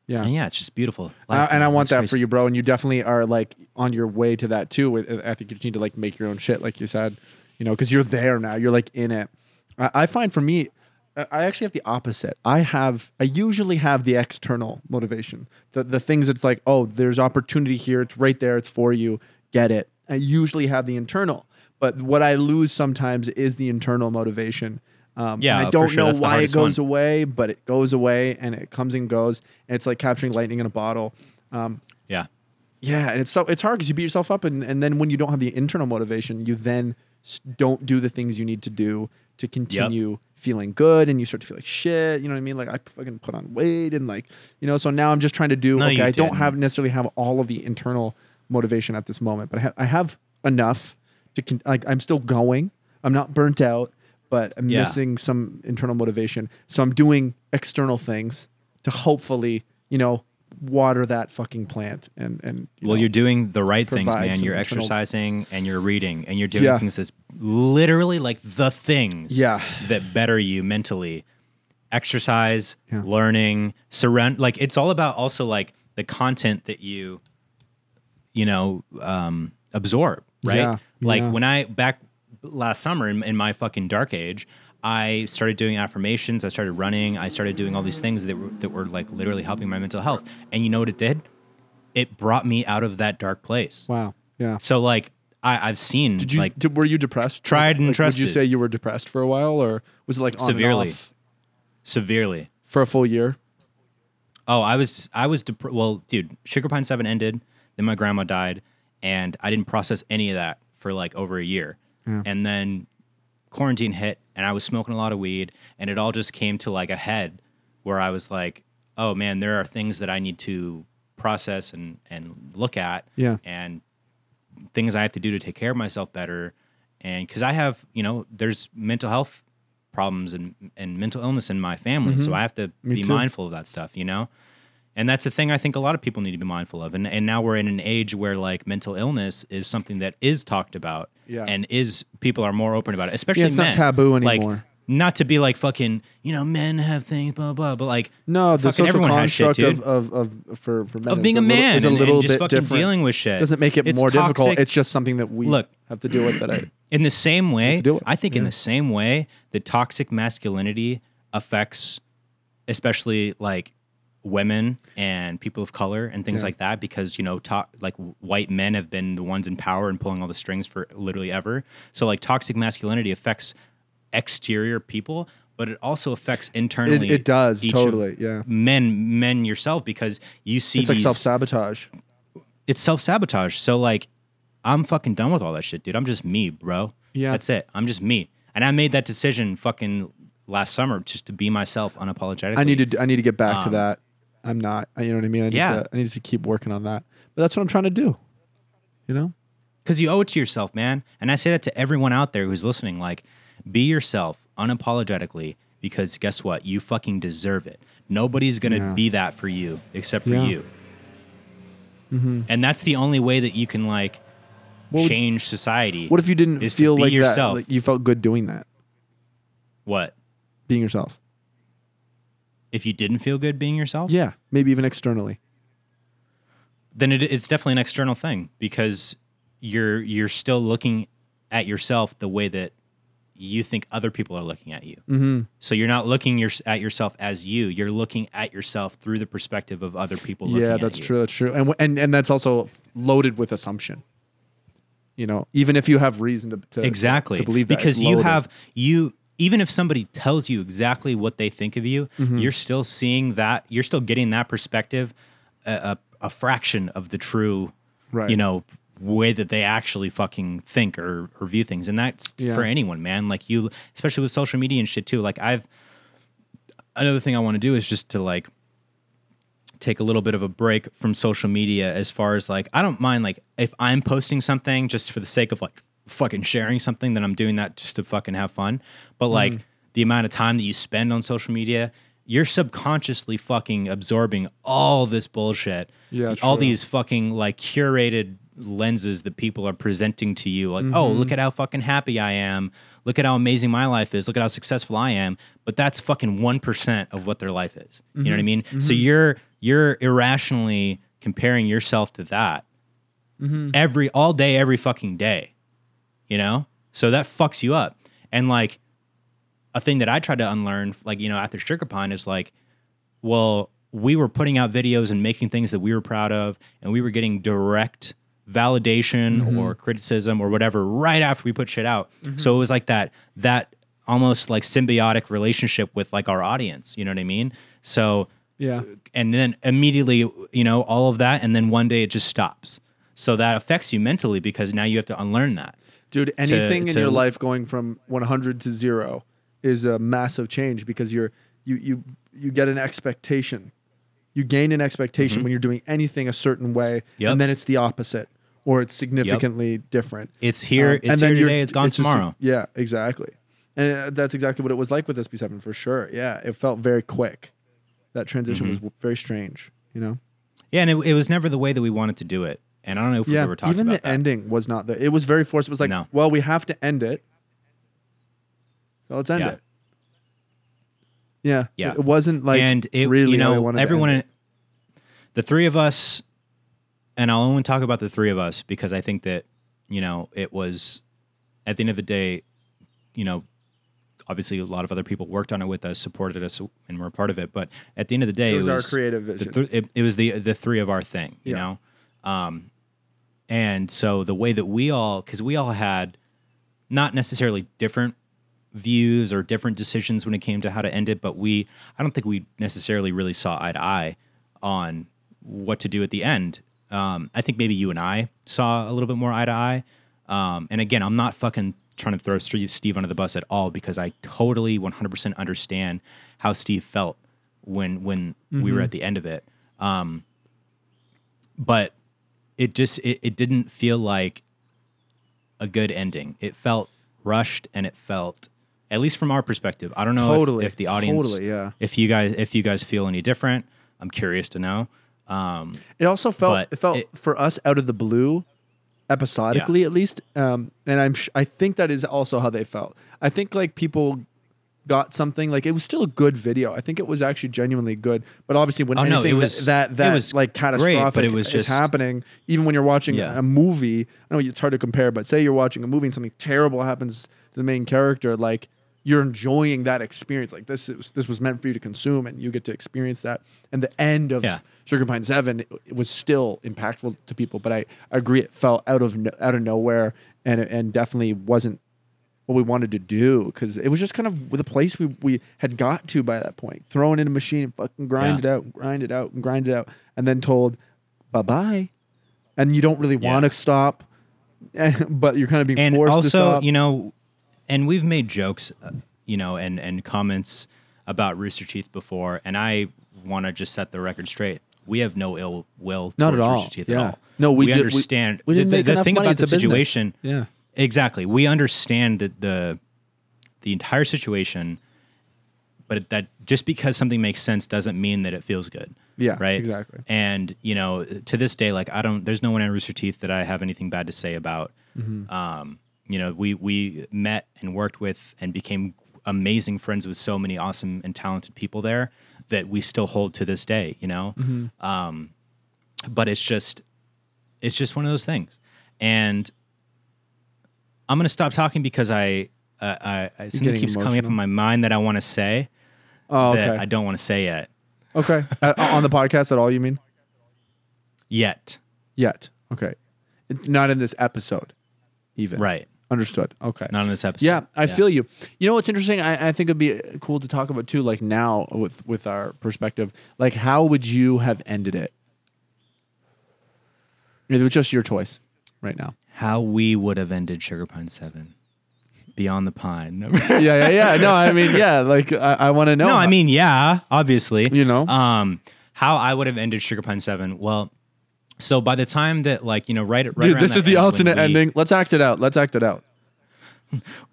S1: yeah.
S2: and yeah it's just beautiful
S1: I-
S2: Life,
S1: and I
S2: man.
S1: want
S2: It's
S1: that
S2: crazy.
S1: for you, bro. And you definitely are like on your way to that too. With I think you just need to like make your own shit, like you said, you know, because you're there now. You're like in it. I, I find for me, I I actually have the opposite. I have I usually have the external motivation, the the things that's like, oh, there's opportunity here. It's right there. It's for you. Get it. I usually have the internal, but what I lose sometimes is the internal motivation. Um,
S2: Yeah,
S1: and I
S2: for
S1: don't
S2: sure.
S1: know
S2: That's the
S1: why it
S2: hardest one.
S1: goes away, but it goes away and it comes and goes. And it's like capturing lightning in a bottle. Um,
S2: yeah
S1: yeah, and it's so it's hard because you beat yourself up, and, and then when you don't have the internal motivation, you then s- don't do the things you need to do to continue feeling good, and you start to feel like shit. You know what I mean? Like I fucking put on weight, and like you know. So now I'm just trying to do.
S2: No,
S1: okay,
S2: you
S1: I don't
S2: didn't.
S1: have necessarily have all of the internal motivation at this moment, but I, ha- I have enough to con- like I'm still going. I'm not burnt out, but I'm
S2: Yeah.
S1: missing some internal motivation. So I'm doing external things to hopefully you know water that fucking plant and and you
S2: well,
S1: know,
S2: you're doing the right things,
S1: provide
S2: man.
S1: some
S2: You're
S1: internal-
S2: exercising and you're reading and you're doing
S1: Yeah.
S2: things that's literally like the things
S1: Yeah.
S2: that better you mentally. Exercise, learning, surround like it's all about also like the content that you you know um absorb, right?
S1: Yeah,
S2: Like
S1: yeah.
S2: when I back last summer in, in my fucking dark age, I started doing affirmations, I started running, I started doing all these things that were that were like literally helping my mental health. And you know what it did? it brought me out of that dark place.
S1: wow yeah
S2: So like I, I've seen
S1: did you
S2: like
S1: did, were you depressed
S2: Tried and
S1: like, would you
S2: trusted.
S1: say you were depressed for a while or was it like on and
S2: Severely.
S1: off
S2: severely.
S1: for a full year
S2: Oh, I was I was dep- well, dude. Sugar Pine Seven ended, then my grandma died, and I didn't process any of that for like over a year. And then quarantine hit, and I was smoking a lot of weed, and it all just came to like a head where I was like, oh man, there are things that I need to process and and look at,
S1: Yeah.
S2: and things I have to do to take care of myself better. And because I have, you know, there's mental health problems and, and mental illness in my family. So I have to be
S1: Mm-hmm. too.
S2: mindful of that stuff, you know? And that's a thing I think a lot of people need to be mindful of. And, and now we're in an age where like mental illness is something that is talked about
S1: Yeah.
S2: and is people are more open about it, especially
S1: Yeah, it's not
S2: men.
S1: taboo
S2: Like,
S1: anymore.
S2: not to be like fucking, you know, men have things, blah, blah, but like,
S1: no the
S2: Fucking
S1: social
S2: everyone has shit,
S1: construct of, of
S2: dude.
S1: of for for men
S2: of being a
S1: is
S2: man
S1: little, is a
S2: and-
S1: little
S2: and just
S1: bit
S2: fucking
S1: different
S2: dealing with shit.
S1: doesn't make it
S2: It's
S1: more difficult
S2: toxic.
S1: it's just something that we
S2: Look.
S1: have to deal with that I
S2: In the same way,
S1: do it.
S2: I think in the same way, the toxic masculinity affects especially like women and people of color and things like that because you know to- like white men have been the ones in power and pulling all the strings for literally ever so like toxic masculinity affects exterior people but it also affects
S1: it,
S2: internally
S1: it does
S2: each of
S1: totally yeah
S2: men men yourself because you see
S1: it's like
S2: these-
S1: self sabotage
S2: it's self sabotage. So like, I'm fucking done with all that shit, dude. I'm just me, bro.
S1: Yeah.
S2: that's it. I'm just me, and I made that decision fucking last summer just to be myself unapologetically.
S1: I need to I need to get back to that. I'm not. You know what I mean? I need
S2: Um, Yeah.
S1: to I need to keep working on that. But that's what I'm trying to do. You know?
S2: because you owe it to yourself, man. And I say that to everyone out there who's listening. Like, be yourself unapologetically because guess what? You fucking deserve it. Nobody's gonna be that for you except for
S1: Yeah. Mm-hmm.
S2: you. And that's the only way that you can like
S1: What would-
S2: change society.
S1: What if you didn't
S2: is to
S1: feel
S2: be
S1: like that?
S2: yourself.
S1: Like you felt good doing that,
S2: what
S1: being yourself.
S2: if you didn't feel good being yourself?
S1: Yeah, maybe even externally.
S2: then it, it's definitely an external thing because you're you're still looking at yourself the way that you think other people are looking at you. Mm-hmm. So you're not looking your, at yourself as you. You're looking at yourself through the perspective of other people. Looking
S1: Yeah,
S2: at
S1: that's
S2: you.
S1: true. That's true. And w- and and that's also loaded with assumption. You know, even if you have reason to, to
S2: Exactly.
S1: to believe that,
S2: because
S1: it's
S2: you
S1: loaded.
S2: have you even if somebody tells you exactly what they think of you,
S1: Mm-hmm.
S2: you're still seeing that. You're still getting that perspective, a, a, a fraction of the true
S1: Right.
S2: you know way that they actually fucking think or, or view things and that's
S1: Yeah.
S2: for anyone man like you especially with social media and shit too like i've another thing i want to do is just to like take a little bit of a break from social media as far as like i don't mind like if i'm posting something just for the sake of like fucking sharing something then i'm doing that just to fucking have fun but like the amount of time that you spend on social media you're subconsciously fucking absorbing all this bullshit
S1: Yeah,
S2: all
S1: true.
S2: these fucking like curated lenses that people are presenting to you like oh look at how fucking happy i am look at how amazing my life is look at how successful i am but that's fucking 1% of what their life is you know what i mean so you're you're irrationally comparing yourself to that every all day every fucking day you know so that fucks you up and like a thing that i tried to unlearn like you know after sugar pine is like well, we were putting out videos and making things that we were proud of, and we were getting direct validation or criticism or whatever right after we put shit out. So it was like that that almost like symbiotic relationship with like our audience. You know what I mean? So
S1: yeah,
S2: and then immediately you know all of that and then one day it just stops so that affects you mentally because now you have to unlearn that
S1: Dude, anything in
S2: to-
S1: your life going from 100 to 0 is a massive change because you're you you you get an expectation. You gain an expectation when you're doing anything a certain way
S2: Mm-hmm. Yep.
S1: and then it's the opposite or it's significantly different.
S2: it's here
S1: Um,
S2: it's
S1: and
S2: here
S1: then you're-
S2: today it's gone
S1: just-
S2: tomorrow
S1: yeah, exactly. And uh, that's exactly what it was like with
S2: Mm-hmm.
S1: SB7 for sure. Yeah, it felt very quick. That transition was w- very strange, you know.
S2: Yeah, and it, it was never the way that we wanted to do it. And I don't know if we've
S1: yeah,
S2: ever talked
S1: even
S2: about
S1: the
S2: that.
S1: ending was not the. It was very forced. It was like,
S2: No.
S1: well, we have to end it. So let's end
S2: Yeah.
S1: it. Yeah,
S2: Yeah.
S1: It wasn't like
S2: and it
S1: really
S2: you
S1: how we
S2: know
S1: wanted to
S2: everyone
S1: end
S2: in, the three of us and I'll only talk about the three of us because I think that you know it was at the end of the day you know obviously a lot of other people worked on it with us supported us and were a part of it but at the end of the day
S1: it.
S2: it,
S1: was our creative
S2: the
S1: vision.
S2: th- it, it was the the three of our thing you
S1: Yeah.
S2: know um and so the way that we all cuz we all had not necessarily different views or different decisions when it came to how to end it, but we I don't think we necessarily really saw eye to eye on what to do at the end. Um, I think maybe you and I saw a little bit more eye to eye. Um, and again, I'm not fucking trying to throw Steve Steve under the bus at all because I totally 100% understand how Steve felt when when we were at the end of it. Um, but it just it, it didn't feel like a good ending. It felt rushed and it felt at least from our perspective. I don't know if-
S1: Totally.
S2: if, the audience
S1: Totally, yeah.
S2: if you guys if you guys feel any different. I'm curious to know. Um
S1: It also felt
S2: But
S1: it felt
S2: it-
S1: for us out of the blue, episodically at least. Um, and I'm sh- I think that is also how they felt. I think like people got something like it was still a good video. I think it was actually genuinely good. But obviously when
S2: Oh, no,
S1: anything
S2: it was-
S1: that that, that
S2: it was
S1: like
S2: great, but
S1: catastrophic
S2: it was
S1: is
S2: just-
S1: happening, even when you're watching
S2: Yeah.
S1: a movie, I know it's hard to compare, but say you're watching a movie and something terrible happens to the main character, like you're enjoying that experience. Like this is, this was meant for you to consume and you get to experience that. And the end of
S2: Yeah.
S1: Sugar Pine Seven it was still impactful to people, but I agree it fell out of no, out of nowhere and and definitely wasn't what we wanted to do because it was just kind of the place we, we had got to by that point. Thrown in a machine and fucking grind it
S2: Yeah.
S1: out, and grind it out, and grind it out, and then told bye bye, and you don't really
S2: Yeah.
S1: want to stop, but you're kind of being
S2: and
S1: forced to
S2: also
S1: stop.
S2: you know and we've made jokes uh, you know and and comments about rooster teeth before and i want to just set the record straight we have no ill will
S1: Not
S2: towards
S1: at all.
S2: Rooster Teeth
S1: Yeah.
S2: at all.
S3: No, we
S2: we
S3: ju- we-
S2: understand.
S3: we
S2: the-
S3: didn't
S2: the,
S3: make
S2: the
S3: enough
S2: thing
S3: money.
S2: about
S3: It's
S2: the
S3: a business.
S2: situation.
S1: yeah,
S2: Exactly. We understand that the the entire situation, but that just because something makes sense doesn't mean that it feels good.
S1: Yeah,
S2: Right.
S1: exactly.
S2: And you know, to this day, like I don't. There's no one at Rooster Teeth that I have anything bad to say about.
S1: Mm-hmm.
S2: Um, you know, we we met and worked with and became amazing friends with so many awesome and talented people there that we still hold to this day. You know,
S1: Mm-hmm.
S2: um, but it's just it's just one of those things. And I'm gonna stop talking because I uh, I, I something
S1: getting
S2: keeps coming up
S1: emotional?
S2: in my mind that I want to say
S1: oh okay,
S2: that I don't want to say yet.
S1: okay, Uh, on the podcast at all? You mean
S2: Yet,
S1: yet? Okay, It- not in this episode, even
S2: right?
S1: Understood. Okay,
S2: Not in this episode.
S1: Yeah, I feel you. You know what's interesting? I, I think it'd be cool to talk about too, like now with with our perspective. Like, how would you have ended it? It was just your choice right now.
S2: how we would have ended Sugar Pine Seven, Beyond the Pine.
S1: yeah, yeah, yeah. No, I mean, yeah. Like, I, I want to know.
S2: no, I mean, yeah, obviously.
S1: You know?
S2: um, how I would have ended Sugar Pine Seven. Well, so by the time that like you know, right, right
S1: dude,
S2: around
S1: this
S2: that
S1: is the
S2: end when
S1: alternate
S2: we-
S1: ending. Let's act it out. Let's act it out.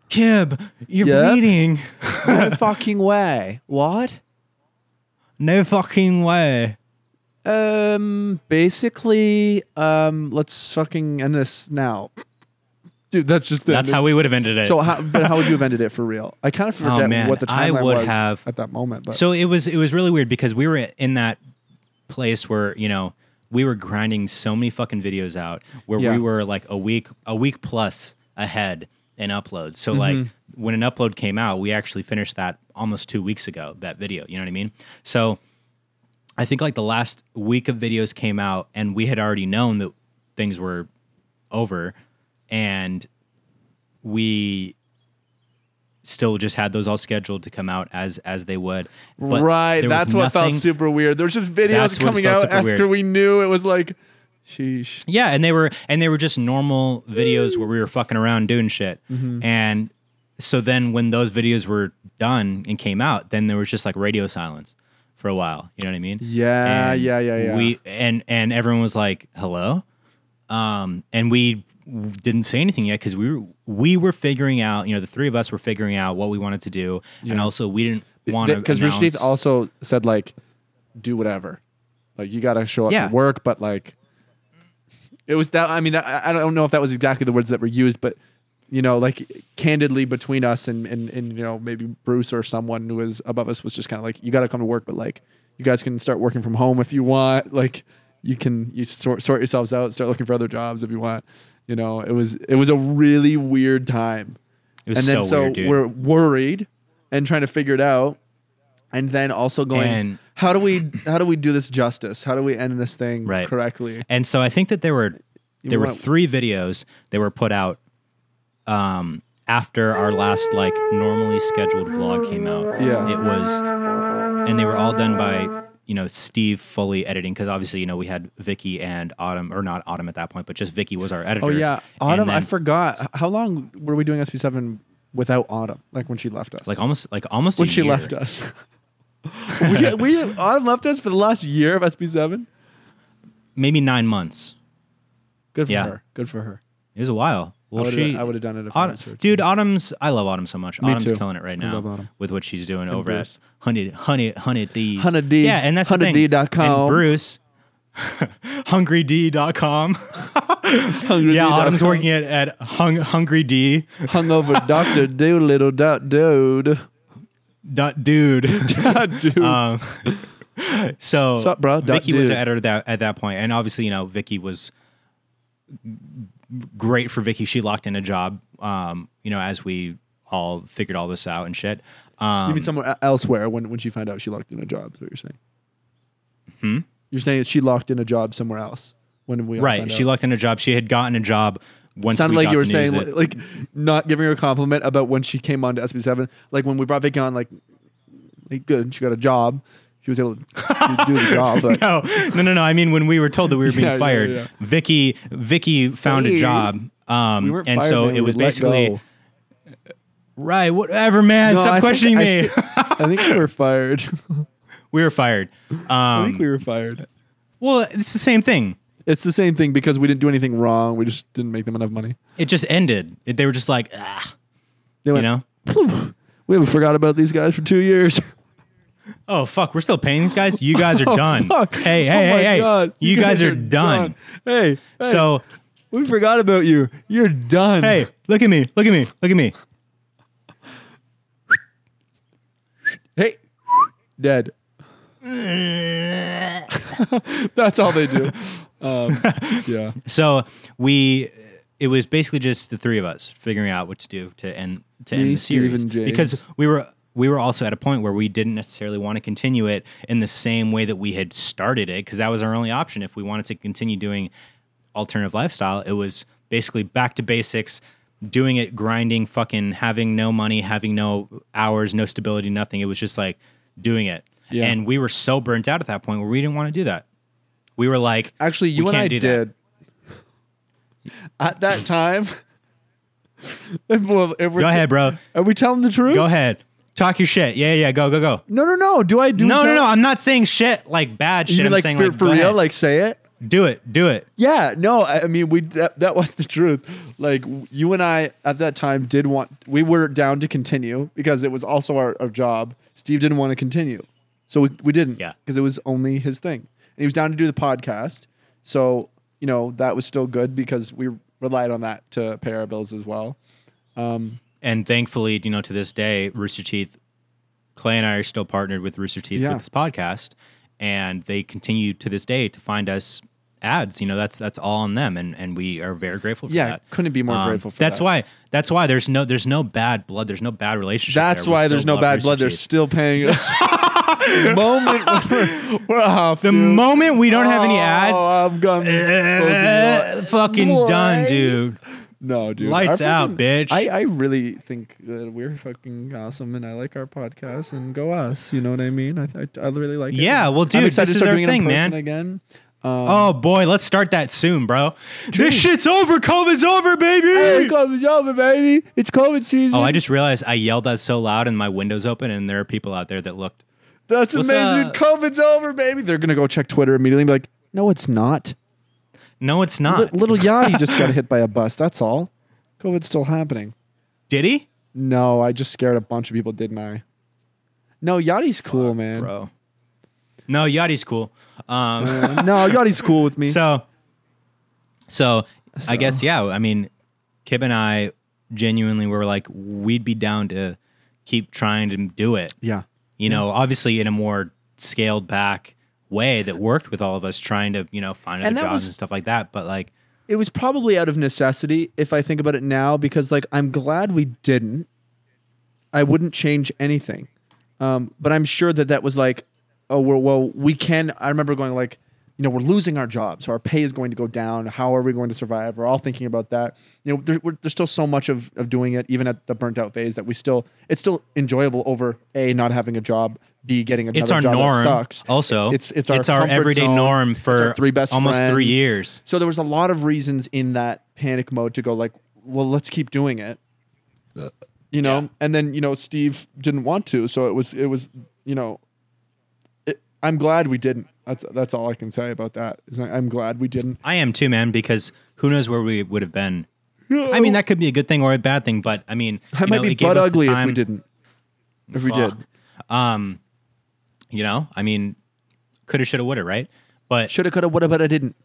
S2: Kib, you're
S1: Yep.
S2: bleeding.
S1: no fucking way. What?
S2: No fucking way.
S1: Um, basically, um, let's fucking end this now, dude. That's just the
S2: That's how we would have ended it. Oh,
S1: So, how, but how would you have ended it for real? I kind of forget
S2: man,
S1: what the
S2: I
S1: timeline
S2: would
S1: was
S2: have-
S1: at that moment. But
S2: So it was it was really weird because we were in that place where you know we were grinding so many fucking videos out where
S1: Yeah.
S2: we were like a week a week plus ahead in uploads. So like
S1: Mm-hmm.
S2: when an upload came out, we actually finished that almost two weeks ago. That video, you know what I mean? So I think like the last week of videos came out, and we had already known that things were over, and we still just had those all scheduled to come out as as they would. But
S1: right,
S2: there was
S1: that's what felt
S2: nothing-
S1: super weird. There was just videos
S2: That's what
S1: coming
S2: felt
S1: out
S2: super
S1: after
S2: weird.
S1: we knew it was like, sheesh.
S2: Yeah, and they were and they were just normal videos where we were fucking around doing shit.
S1: Mm-hmm.
S2: And so then when those videos were done and came out, then there was just like radio silence for a while. You know what I mean?
S1: Yeah,
S2: And
S1: Ah, yeah, yeah, yeah.
S2: We and and everyone was like, "Hello," um, and we w- didn't say anything yet because we were we were figuring out. You know, the three of us were figuring out what we wanted to do, and also we didn't want to
S1: Because Rashid also said like, do whatever. Like you got to show up
S2: Yeah.
S1: to work, but like it was that. I mean, I, I don't know if that was exactly the words that were used, but you know, like candidly between us and and and you know maybe Bruce or someone who was above us was just kind of like you got to come to work, but like you guys can start working from home if you want. Like you can you sort sort yourselves out, start looking for other jobs if you want. You know, it was it was a really weird time
S2: It was
S1: and then
S2: so,
S1: so
S2: weird, dude.
S1: we're worried and trying to figure it out and then also going
S2: And-
S1: how do we how do we do this justice how do we end this thing
S2: Right.
S1: correctly
S2: And so I think that there were there were
S1: want-
S2: three videos that were put out um, after our last like normally scheduled vlog came out.
S1: Yeah.
S2: it was, and they were all done by you know Steve Foley editing because obviously you know we had Vicky and Autumn or not Autumn at that point, but just Vicky was our editor.
S1: oh yeah
S2: And
S1: autumn i
S2: then,
S1: forgot H- how long were we doing sb7 without autumn like when she left us
S2: like almost like almost
S1: when
S2: a
S1: she
S2: year.
S1: left uh, us we, we autumn left us for the last year of sb7
S2: maybe nine months.
S1: good for
S2: Yeah.
S1: her good for her
S2: It was a while. Well,
S1: I would've-
S2: she
S1: I would've done it if I was her,
S2: Autumn, dude. Autumn's I love Autumn so much. Autumn's
S1: too.
S2: killing it right
S1: I
S2: now
S1: love Autumn.
S2: with what she's doing over
S1: Bruce.
S2: at Hunted Hunted Hunted D's.
S1: Hunted D's,
S2: Yeah, and that's the thing.
S1: hunteddee.com.
S2: And Bruce hungryd.com.
S1: Hungry
S2: Yeah,
S1: dude,
S2: Autumn's
S1: I'll-
S2: working at at hung, hungry d
S1: hungover dr doolittle dot dude
S2: dot dude.
S1: dude
S2: um, so
S1: Sup, bro? Dot
S2: Vicky was
S1: dude.
S2: the editor that, at that point, and obviously you know Vicky was great for Vicky. She locked in a job. Um, you know, as we all figured all this out and shit. Um,
S1: You mean somewhere e-, elsewhere when, when she found out she locked in a job? Is what you're saying? Hmm.
S2: Hmm?
S1: You're saying that she locked in a job somewhere else when we all
S2: Right.
S1: Found
S2: She
S1: out.
S2: locked in a job. She had gotten a job once.
S1: Sounded
S2: we
S1: like
S2: got
S1: you were
S2: the news
S1: saying
S2: that-
S1: like not giving her a compliment about when she came on to SB7. Like when we brought Vicky on, like, like good, she got a job. She was able to do the job. But
S2: no, no, no, no. I mean, when we were told that we were being
S1: Yeah, yeah,
S2: fired,
S1: yeah.
S2: Vicky, Vicky found a
S1: Hey.
S2: job. Um,
S1: we weren't
S2: and
S1: fired,
S2: so
S1: man.
S2: it
S1: We
S2: was
S1: were let
S2: basically
S1: go.
S2: right. Whatever, man.
S1: No, I
S2: stop
S1: think-
S2: questioning
S1: I
S2: me.
S1: thi- I think we were fired.
S2: we were fired.
S1: I
S2: Um,
S1: think we were fired.
S2: well, it's the same thing.
S1: It's the same thing because we didn't do anything wrong. We just didn't make them enough money.
S2: It just ended. It- they were just like, ah,
S1: They
S2: you
S1: went,
S2: know,
S1: we haven't forgot about these guys for two years.
S2: oh fuck, we're still paying these guys. You guys are done.
S1: Fuck.
S2: Hey, hey,
S1: Oh my
S2: hey, hey.
S1: God.
S2: You, guys, are, done.
S1: Hey, hey,
S2: So
S1: we forgot about you. You're done.
S2: hey, look at me, look at me, look at me.
S1: hey, dead. That's all they do. Um, yeah,
S2: So we, it was basically just the three of us figuring out what to do to end to end the
S1: Steve,
S2: series
S1: and James.
S2: because we were we were also at a point where we didn't necessarily want to continue it in the same way that we had started it because that was our only option if we wanted to continue doing alternative lifestyle. It was basically back to basics. Doing it, grinding, fucking having no money, having no hours, no stability, nothing. It was just like doing it.
S1: Yeah.
S2: And we were so burnt out at that point where we didn't want to do that. We were like,
S1: actually, you
S2: We
S1: and
S2: can't
S1: I
S2: do that.
S1: did at that time. if, well, if we're
S2: go ahead, bro.
S1: Are we telling the truth?
S2: Go ahead. Talk your shit. Yeah, yeah, go, go, go.
S1: No, no, no. Do I do?
S2: No, no,
S1: tell-
S2: no. I'm not saying shit like bad shit.
S1: You mean
S2: I'm
S1: like
S2: saying
S1: for,
S2: like
S1: for
S2: go
S1: real?
S2: ahead.
S1: Like say it.
S2: do it, do it.
S1: Yeah, no, I I mean we that, that was the truth. Like w- you and I at that time did want we were down to continue because it was also our, our job. Steve didn't want to continue. So we, we didn't.
S2: Yeah.
S1: Because it was only his thing. And he was down to do the podcast. So, you know, that was still good because we relied on that to pay our bills as well.
S2: And thankfully, you know, to this day, Rooster Teeth, Clay and I are still partnered with Rooster Teeth
S1: Yeah.
S2: with this podcast, and they continue to this day to find us ads. You know, that's that's all on them, and and we are very grateful for
S1: Yeah,
S2: that.
S1: couldn't be more
S2: Um,
S1: grateful for
S2: that's
S1: that.
S2: why. That's why there's no there's no bad blood. There's no bad relationship.
S1: That's
S2: there. We
S1: why
S2: still
S1: there's no
S2: love
S1: bad
S2: Rooster
S1: blood. They're
S2: Teeth.
S1: still paying us. The moment we're, we're off.
S2: the
S1: dude.
S2: moment we don't have any
S1: Oh,
S2: ads,
S1: I'm gonna
S2: eh, fucking done,
S1: Boy.
S2: dude.
S1: No, dude.
S2: Lights
S1: Our
S2: out, bitch.
S1: I, I really think that we're fucking awesome, and I like our podcast, and go us. You know what I mean? I I, I really like it.
S2: Yeah, well, dude,
S1: I'm excited
S2: this
S1: to start
S2: is
S1: doing it
S2: our thing,
S1: in person
S2: man.
S1: Again,
S2: Oh boy, let's start that soon, bro. This shit's over. COVID's over, baby.
S1: hey, COVID's over, baby. It's COVID season.
S2: oh, I just realized I yelled that so loud and my windows open, and there are people out there that looked.
S1: That's
S2: What's
S1: amazing.
S2: up?
S1: COVID's over, baby. They're gonna go check Twitter immediately and be like, "No, it's not.
S2: No, it's
S1: Li-
S2: not.
S1: little Yachty just got hit by a bus. That's all. COVID's still happening."
S2: Did he,
S1: No, I just scared a bunch of people, didn't I? No, Yachty's cool, man.
S2: bro? No, Yachty's cool. Um,
S1: no, Yachty's cool with me.
S2: So, so, I guess yeah. I mean, Kib and I genuinely were like we'd be down to keep trying to do it.
S1: yeah.
S2: You know,
S1: Mm.
S2: obviously in a more scaled back way that worked with all of us trying to you know find other
S1: And that
S2: jobs
S1: was-
S2: and stuff like that. But like,
S1: It was probably out of necessity if I think about it now because like I'm glad we didn't. I wouldn't change anything. Um, but I'm sure that that was like, oh, well, well, we can. I remember going like, you know, we're losing our jobs. Our pay is going to go down. How are we going to survive? We're all thinking about that. You know, there, we're, there's still so much of, of doing it, even at the burnt out phase, that we still, it's still enjoyable over A, not having a job, B, getting another
S2: it's our
S1: job
S2: norm.
S1: that sucks.
S2: Also,
S1: it's, it's our, comfort
S2: everyday
S1: zone.
S2: norm
S1: It's
S2: for
S1: our three best
S2: almost three
S1: friends.
S2: years.
S1: So there was a lot of reasons in that panic mode to go like, well, let's keep doing it. You know, and then you know Steve didn't want to, so it was it was you know, it, I'm glad we didn't. That's that's all I can say about that. Is I- I'm glad we didn't.
S2: I am too, man, because who knows where we would have been. I mean, that could be a good thing or a bad thing, but I mean,
S1: I
S2: you
S1: might
S2: know,
S1: be
S2: it gave
S1: butt
S2: us the
S1: ugly if we
S2: time-
S1: didn't. If we
S2: Fuck.
S1: did,
S2: Um, you know, I mean, coulda, shoulda, woulda, right? But
S1: shoulda, coulda, woulda, but I didn't.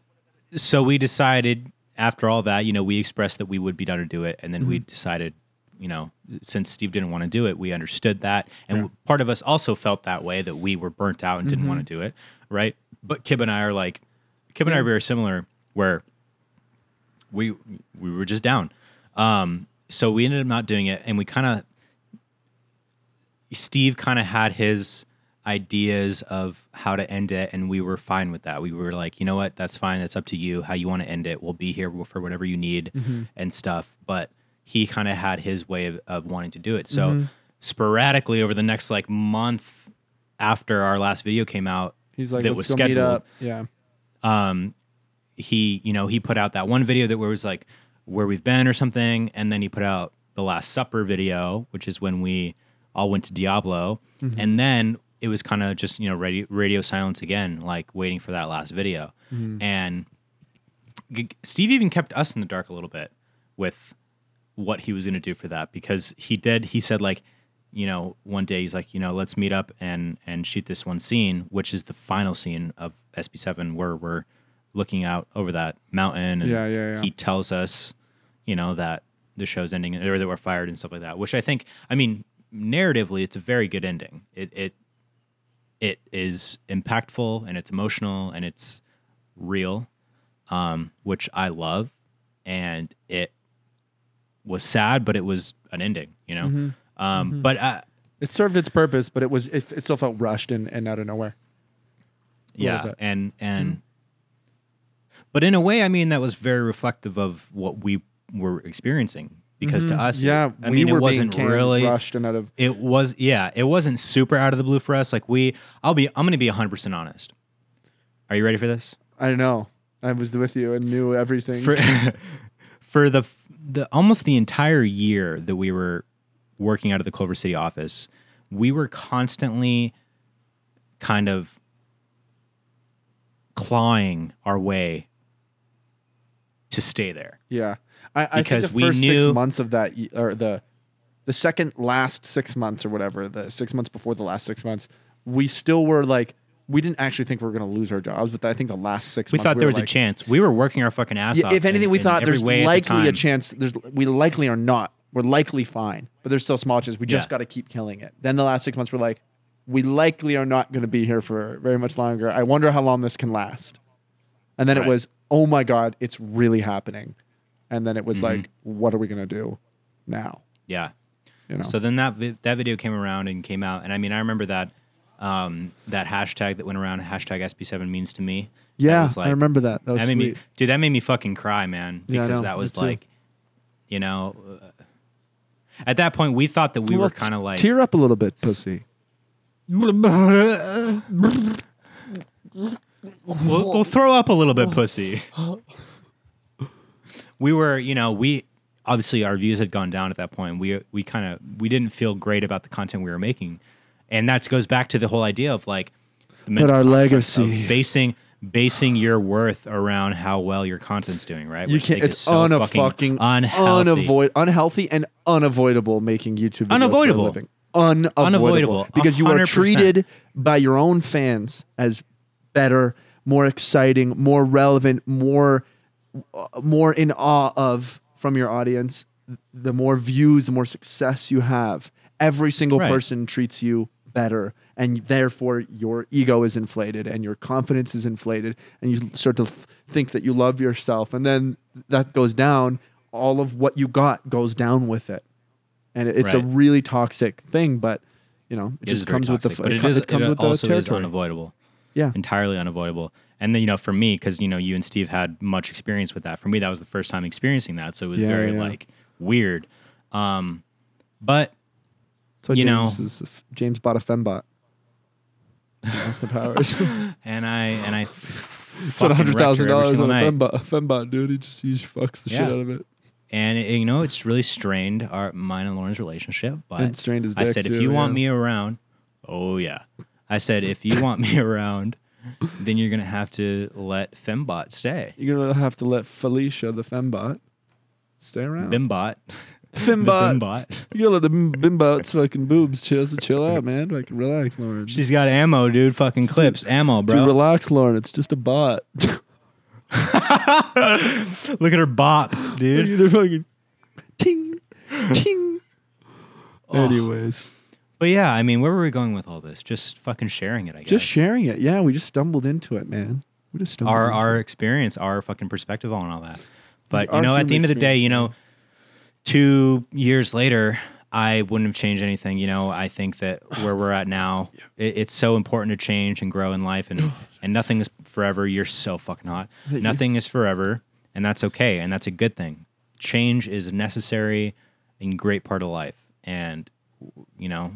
S2: so we decided after all that, you know, we expressed that we would be done to do it, and then we decided, you know, since Steve didn't want to do it, we understood that, and part of us also felt that way that we were burnt out and didn't want to do it, right? But Kib and I are like, Kib and I are very similar, where we we were just down. Um, so we ended up not doing it, and we kind of Steve kind of had his ideas of how to end it, and we were fine with that. We were like, you know what, that's fine. That's up to you how you want to end it. We'll be here for whatever you need and stuff. But he kind of had his way of, of wanting to do it. So sporadically over the next like month after our last video came out,
S1: He's like,
S2: that
S1: let's
S2: was
S1: go
S2: scheduled
S1: meet up. Yeah,
S2: um, he you know he put out that one video that where it was like where we've been or something, and then he put out the Last Supper video, which is when we all went to Diablo, and then it was kind of just you know radio, radio silence again, like waiting for that last video, and G- Steve even kept us in the dark a little bit with what he was going to do for that because he did he said like you know one day he's like you know let's meet up and and shoot this one scene which is the final scene of sb7 where we're looking out over that mountain and
S1: Yeah, yeah, yeah.
S2: he tells us you know that the show's ending or that we're fired and stuff like that which i think i mean narratively it's a very good ending it it it is impactful and it's emotional and it's real um which i love and it was sad, but it was an ending, you know.
S1: Mm-hmm.
S2: Um, But I,
S1: it served its purpose, but it was it, it still felt rushed and, and out of nowhere.
S2: yeah,
S1: bit. Mm-hmm.
S2: and and but in a way, I mean, that was very reflective of what we were experiencing because to us, it-
S1: Mm-hmm. Yeah,
S2: I
S1: we
S2: mean,
S1: were
S2: it wasn't
S1: being canned,
S2: really.
S1: rushed and out of
S2: It was yeah, it wasn't super out of the blue for us. Like we, I'll be, I'm gonna be 100 percent honest. Are you ready for this?
S1: I know. I was with you and knew everything.
S2: for for the the almost the entire year that we were working out of the Culver City office, we were constantly kind of clawing our way to stay there.
S1: yeah, I, I
S2: Because
S1: think the
S2: we
S1: first
S2: knew-
S1: six months of that, y- or the the second last six months or whatever, the six months before the last six months, we still were like, we didn't actually think we were going to lose our jobs, but I think the last six
S2: We
S1: months
S2: thought there
S1: were
S2: was a
S1: like,
S2: chance. We were working our fucking ass
S1: Yeah,
S2: off.
S1: if anything,
S2: in-
S1: we
S2: in
S1: thought
S2: every
S1: there's
S2: way at the
S1: likely a
S2: time.
S1: chance. There's we likely are not. We're likely fine, but there's still small chance. We just
S2: Yeah.
S1: got to keep killing it. Then the last six months, we're like, we likely are not going to be here for very much longer. I wonder how long this can last. And then
S2: Right.
S1: it was, oh my god, it's really happening. And then it
S2: Mm-hmm.
S1: was like, what are we going to do now?
S2: Yeah.
S1: You know,
S2: So then that vi- that video came around and came out, and I mean I remember that um, that hashtag that went around hashtag SB7 means to me. That
S1: yeah,
S2: was
S1: I
S2: like-
S1: remember that. That was
S2: that made
S1: Oh, sweet.
S2: me, dude. That made me fucking cry, man.
S1: Yeah, I
S2: Because
S1: know.
S2: that
S1: Me
S2: was
S1: too.
S2: like, you know, uh, at that point we thought that we were kind of like,
S1: tear up a little bit, pussy.
S2: we'll, we'll throw up a little bit, pussy. we were, you know, we obviously our views had gone down at that point. We we kind of we didn't feel great about the content we were making, and that goes back to the whole idea of like, the mental
S1: our
S2: construct of
S1: legacy-
S2: basing. Basing your worth around how well your content's doing, right?
S1: You
S2: Which I
S1: can't.
S2: think
S1: It's
S2: is so
S1: una-
S2: fucking
S1: fucking
S2: unhealthy.
S1: unavoid, unhealthy, and unavoidable making YouTube videos for a
S2: Unavoidable.
S1: living. unavoidable,
S2: Unavoidable,
S1: because you are
S2: 100%.
S1: treated by your own fans as better, more exciting, more relevant, more more in awe of from your audience. The more views, the more success you have. Every single
S2: Right.
S1: person treats you better, and therefore your ego is inflated and your confidence is inflated, and you start to f- think that you love yourself, and then that goes down. All of what you got goes down with it and it- it's a
S2: Right.
S1: really toxic thing. But you know, it,
S2: It is
S1: just
S2: very
S1: comes with the
S2: toxic,
S1: f-
S2: but
S1: it,
S2: it
S1: co-
S2: is
S1: it comes
S2: it
S1: with the
S2: also is
S1: territory.
S2: unavoidable.
S1: Yeah.
S2: entirely unavoidable. And then you know, for me, because you know, you and Steve had much experience with that. For me, that was the first time experiencing that, so it was
S1: Yeah,
S2: very
S1: yeah.
S2: like weird. Um, but
S1: So
S2: you know-
S1: James is, James bought a fembot. That's the powers.
S2: and I and I
S1: Spent
S2: spent
S1: hundred thousand dollars on a fembot, a fembot, dude. He just he just fucks the shit
S2: Yeah.
S1: out of it.
S2: and it, you know it's really strained our mine and Lauren's relationship. But
S1: And strained his
S2: I
S1: dick,
S2: said,
S1: too,
S2: if you want
S1: yeah.
S2: me around, oh yeah, I said if you want me around, then you're gonna have to let Fembot stay.
S1: You're gonna have to let Felicia the fembot stay around.
S2: Bimbot, The
S1: fembot.
S2: Bimbot.
S1: You gotta let the bim- bimbot's fucking boobs chill. So chill out, man. Like relax, Lauren.
S2: She's got ammo, dude. Fucking clips, ammo,
S1: Dude,
S2: bro.
S1: relax, Lauren. It's just a bot.
S2: Look at her bop, dude.
S1: They're fucking ting, ting.
S2: Oh.
S1: Anyways.
S2: But yeah, I mean, where were we going with all this? Just fucking sharing it, I guess.
S1: just sharing it. Yeah, we just stumbled into it, man. We just stumbled.
S2: our
S1: into
S2: our
S1: it.
S2: experience, our fucking perspective on all that. But
S1: our
S2: you know, at
S1: human
S2: the end of the day,
S1: experience,
S2: you know, two years later, I wouldn't have changed anything. You know, I think that where we're at now, it, it's so important to change and grow in life, and and nothing is forever. You're so fucking hot. Nothing is forever, and that's okay, and that's a good thing. Change is a necessary and great part of life, and you know,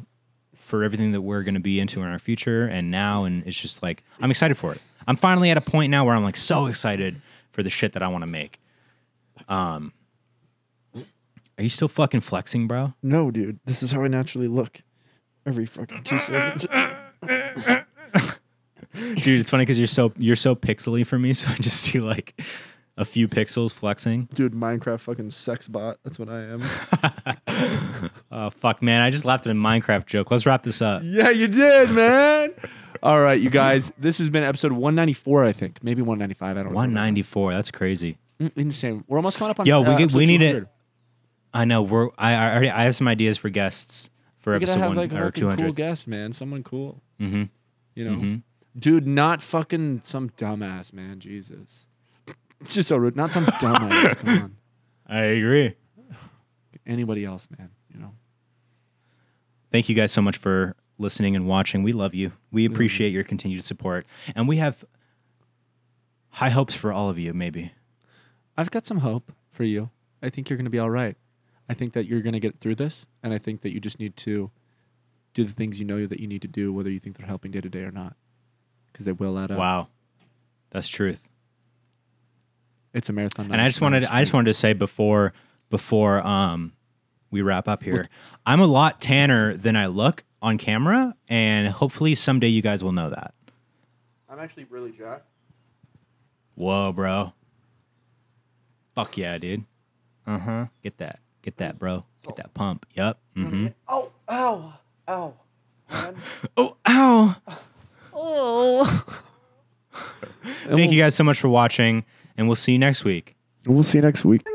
S2: for everything that we're going to be into in our future and now. And it's just like, I'm excited for it. I'm finally at a point now where I'm like so excited for the shit that I want to make. Um, are you still fucking flexing, bro?
S1: no, Oh, dude. This is how I naturally look every fucking two seconds.
S2: Dude, it's funny because you're so you're so pixely for me, so I just see like a few pixels flexing.
S1: dude, Minecraft fucking sex bot. That's what I am.
S2: Oh fuck, man! I just laughed at a Minecraft joke. Let's wrap this up.
S1: yeah, you did, man. All right, you guys. This has been episode 194, I think. Maybe 195. I don't know.
S2: 194. That's crazy.
S1: Insane. Mm, We're almost caught up on
S2: Yo, we
S1: uh,
S2: get- we
S1: episode
S2: need it.
S1: 200.
S2: I know. We're I, I already I have some ideas for guests for
S1: We gotta
S2: episode
S1: have
S2: one
S1: like a
S2: or
S1: fucking
S2: 200.
S1: cool guest, man. Someone cool.
S2: Mhm.
S1: You know,
S2: Mm-hmm.
S1: dude, not fucking some dumbass, man. Jesus, just so rude. Not some dumbass. Come on.
S2: I agree.
S1: anybody else, man. You know,
S2: Thank you guys so much for listening and watching. We love you. We
S1: Mm-hmm.
S2: appreciate your continued support. And we have high hopes for all of you, maybe.
S1: I've got some hope for you. I think you're going to be all right. I think that you're going to get through this, and I think that you just need to do the things you know that you need to do, whether you think they're helping day to day or not, because they will add up.
S2: Wow. That's truth.
S1: It's a marathon. not
S2: and
S1: a
S2: I just
S1: sprint.
S2: wanted I just wanted to say before before um we wrap up here. I'm a lot tanner than I look on camera and hopefully someday you guys will know that.
S1: I'm actually really jacked.
S2: Whoa, bro. Fuck yeah, dude. Uh-huh. Get that. Get that, bro. Get that pump. Yep. Mm-hmm.
S4: Oh, ow, ow.
S2: Oh, ow.
S4: Oh.
S2: Thank you guys so much for watching, and we'll see you next week.
S1: We'll see you next week.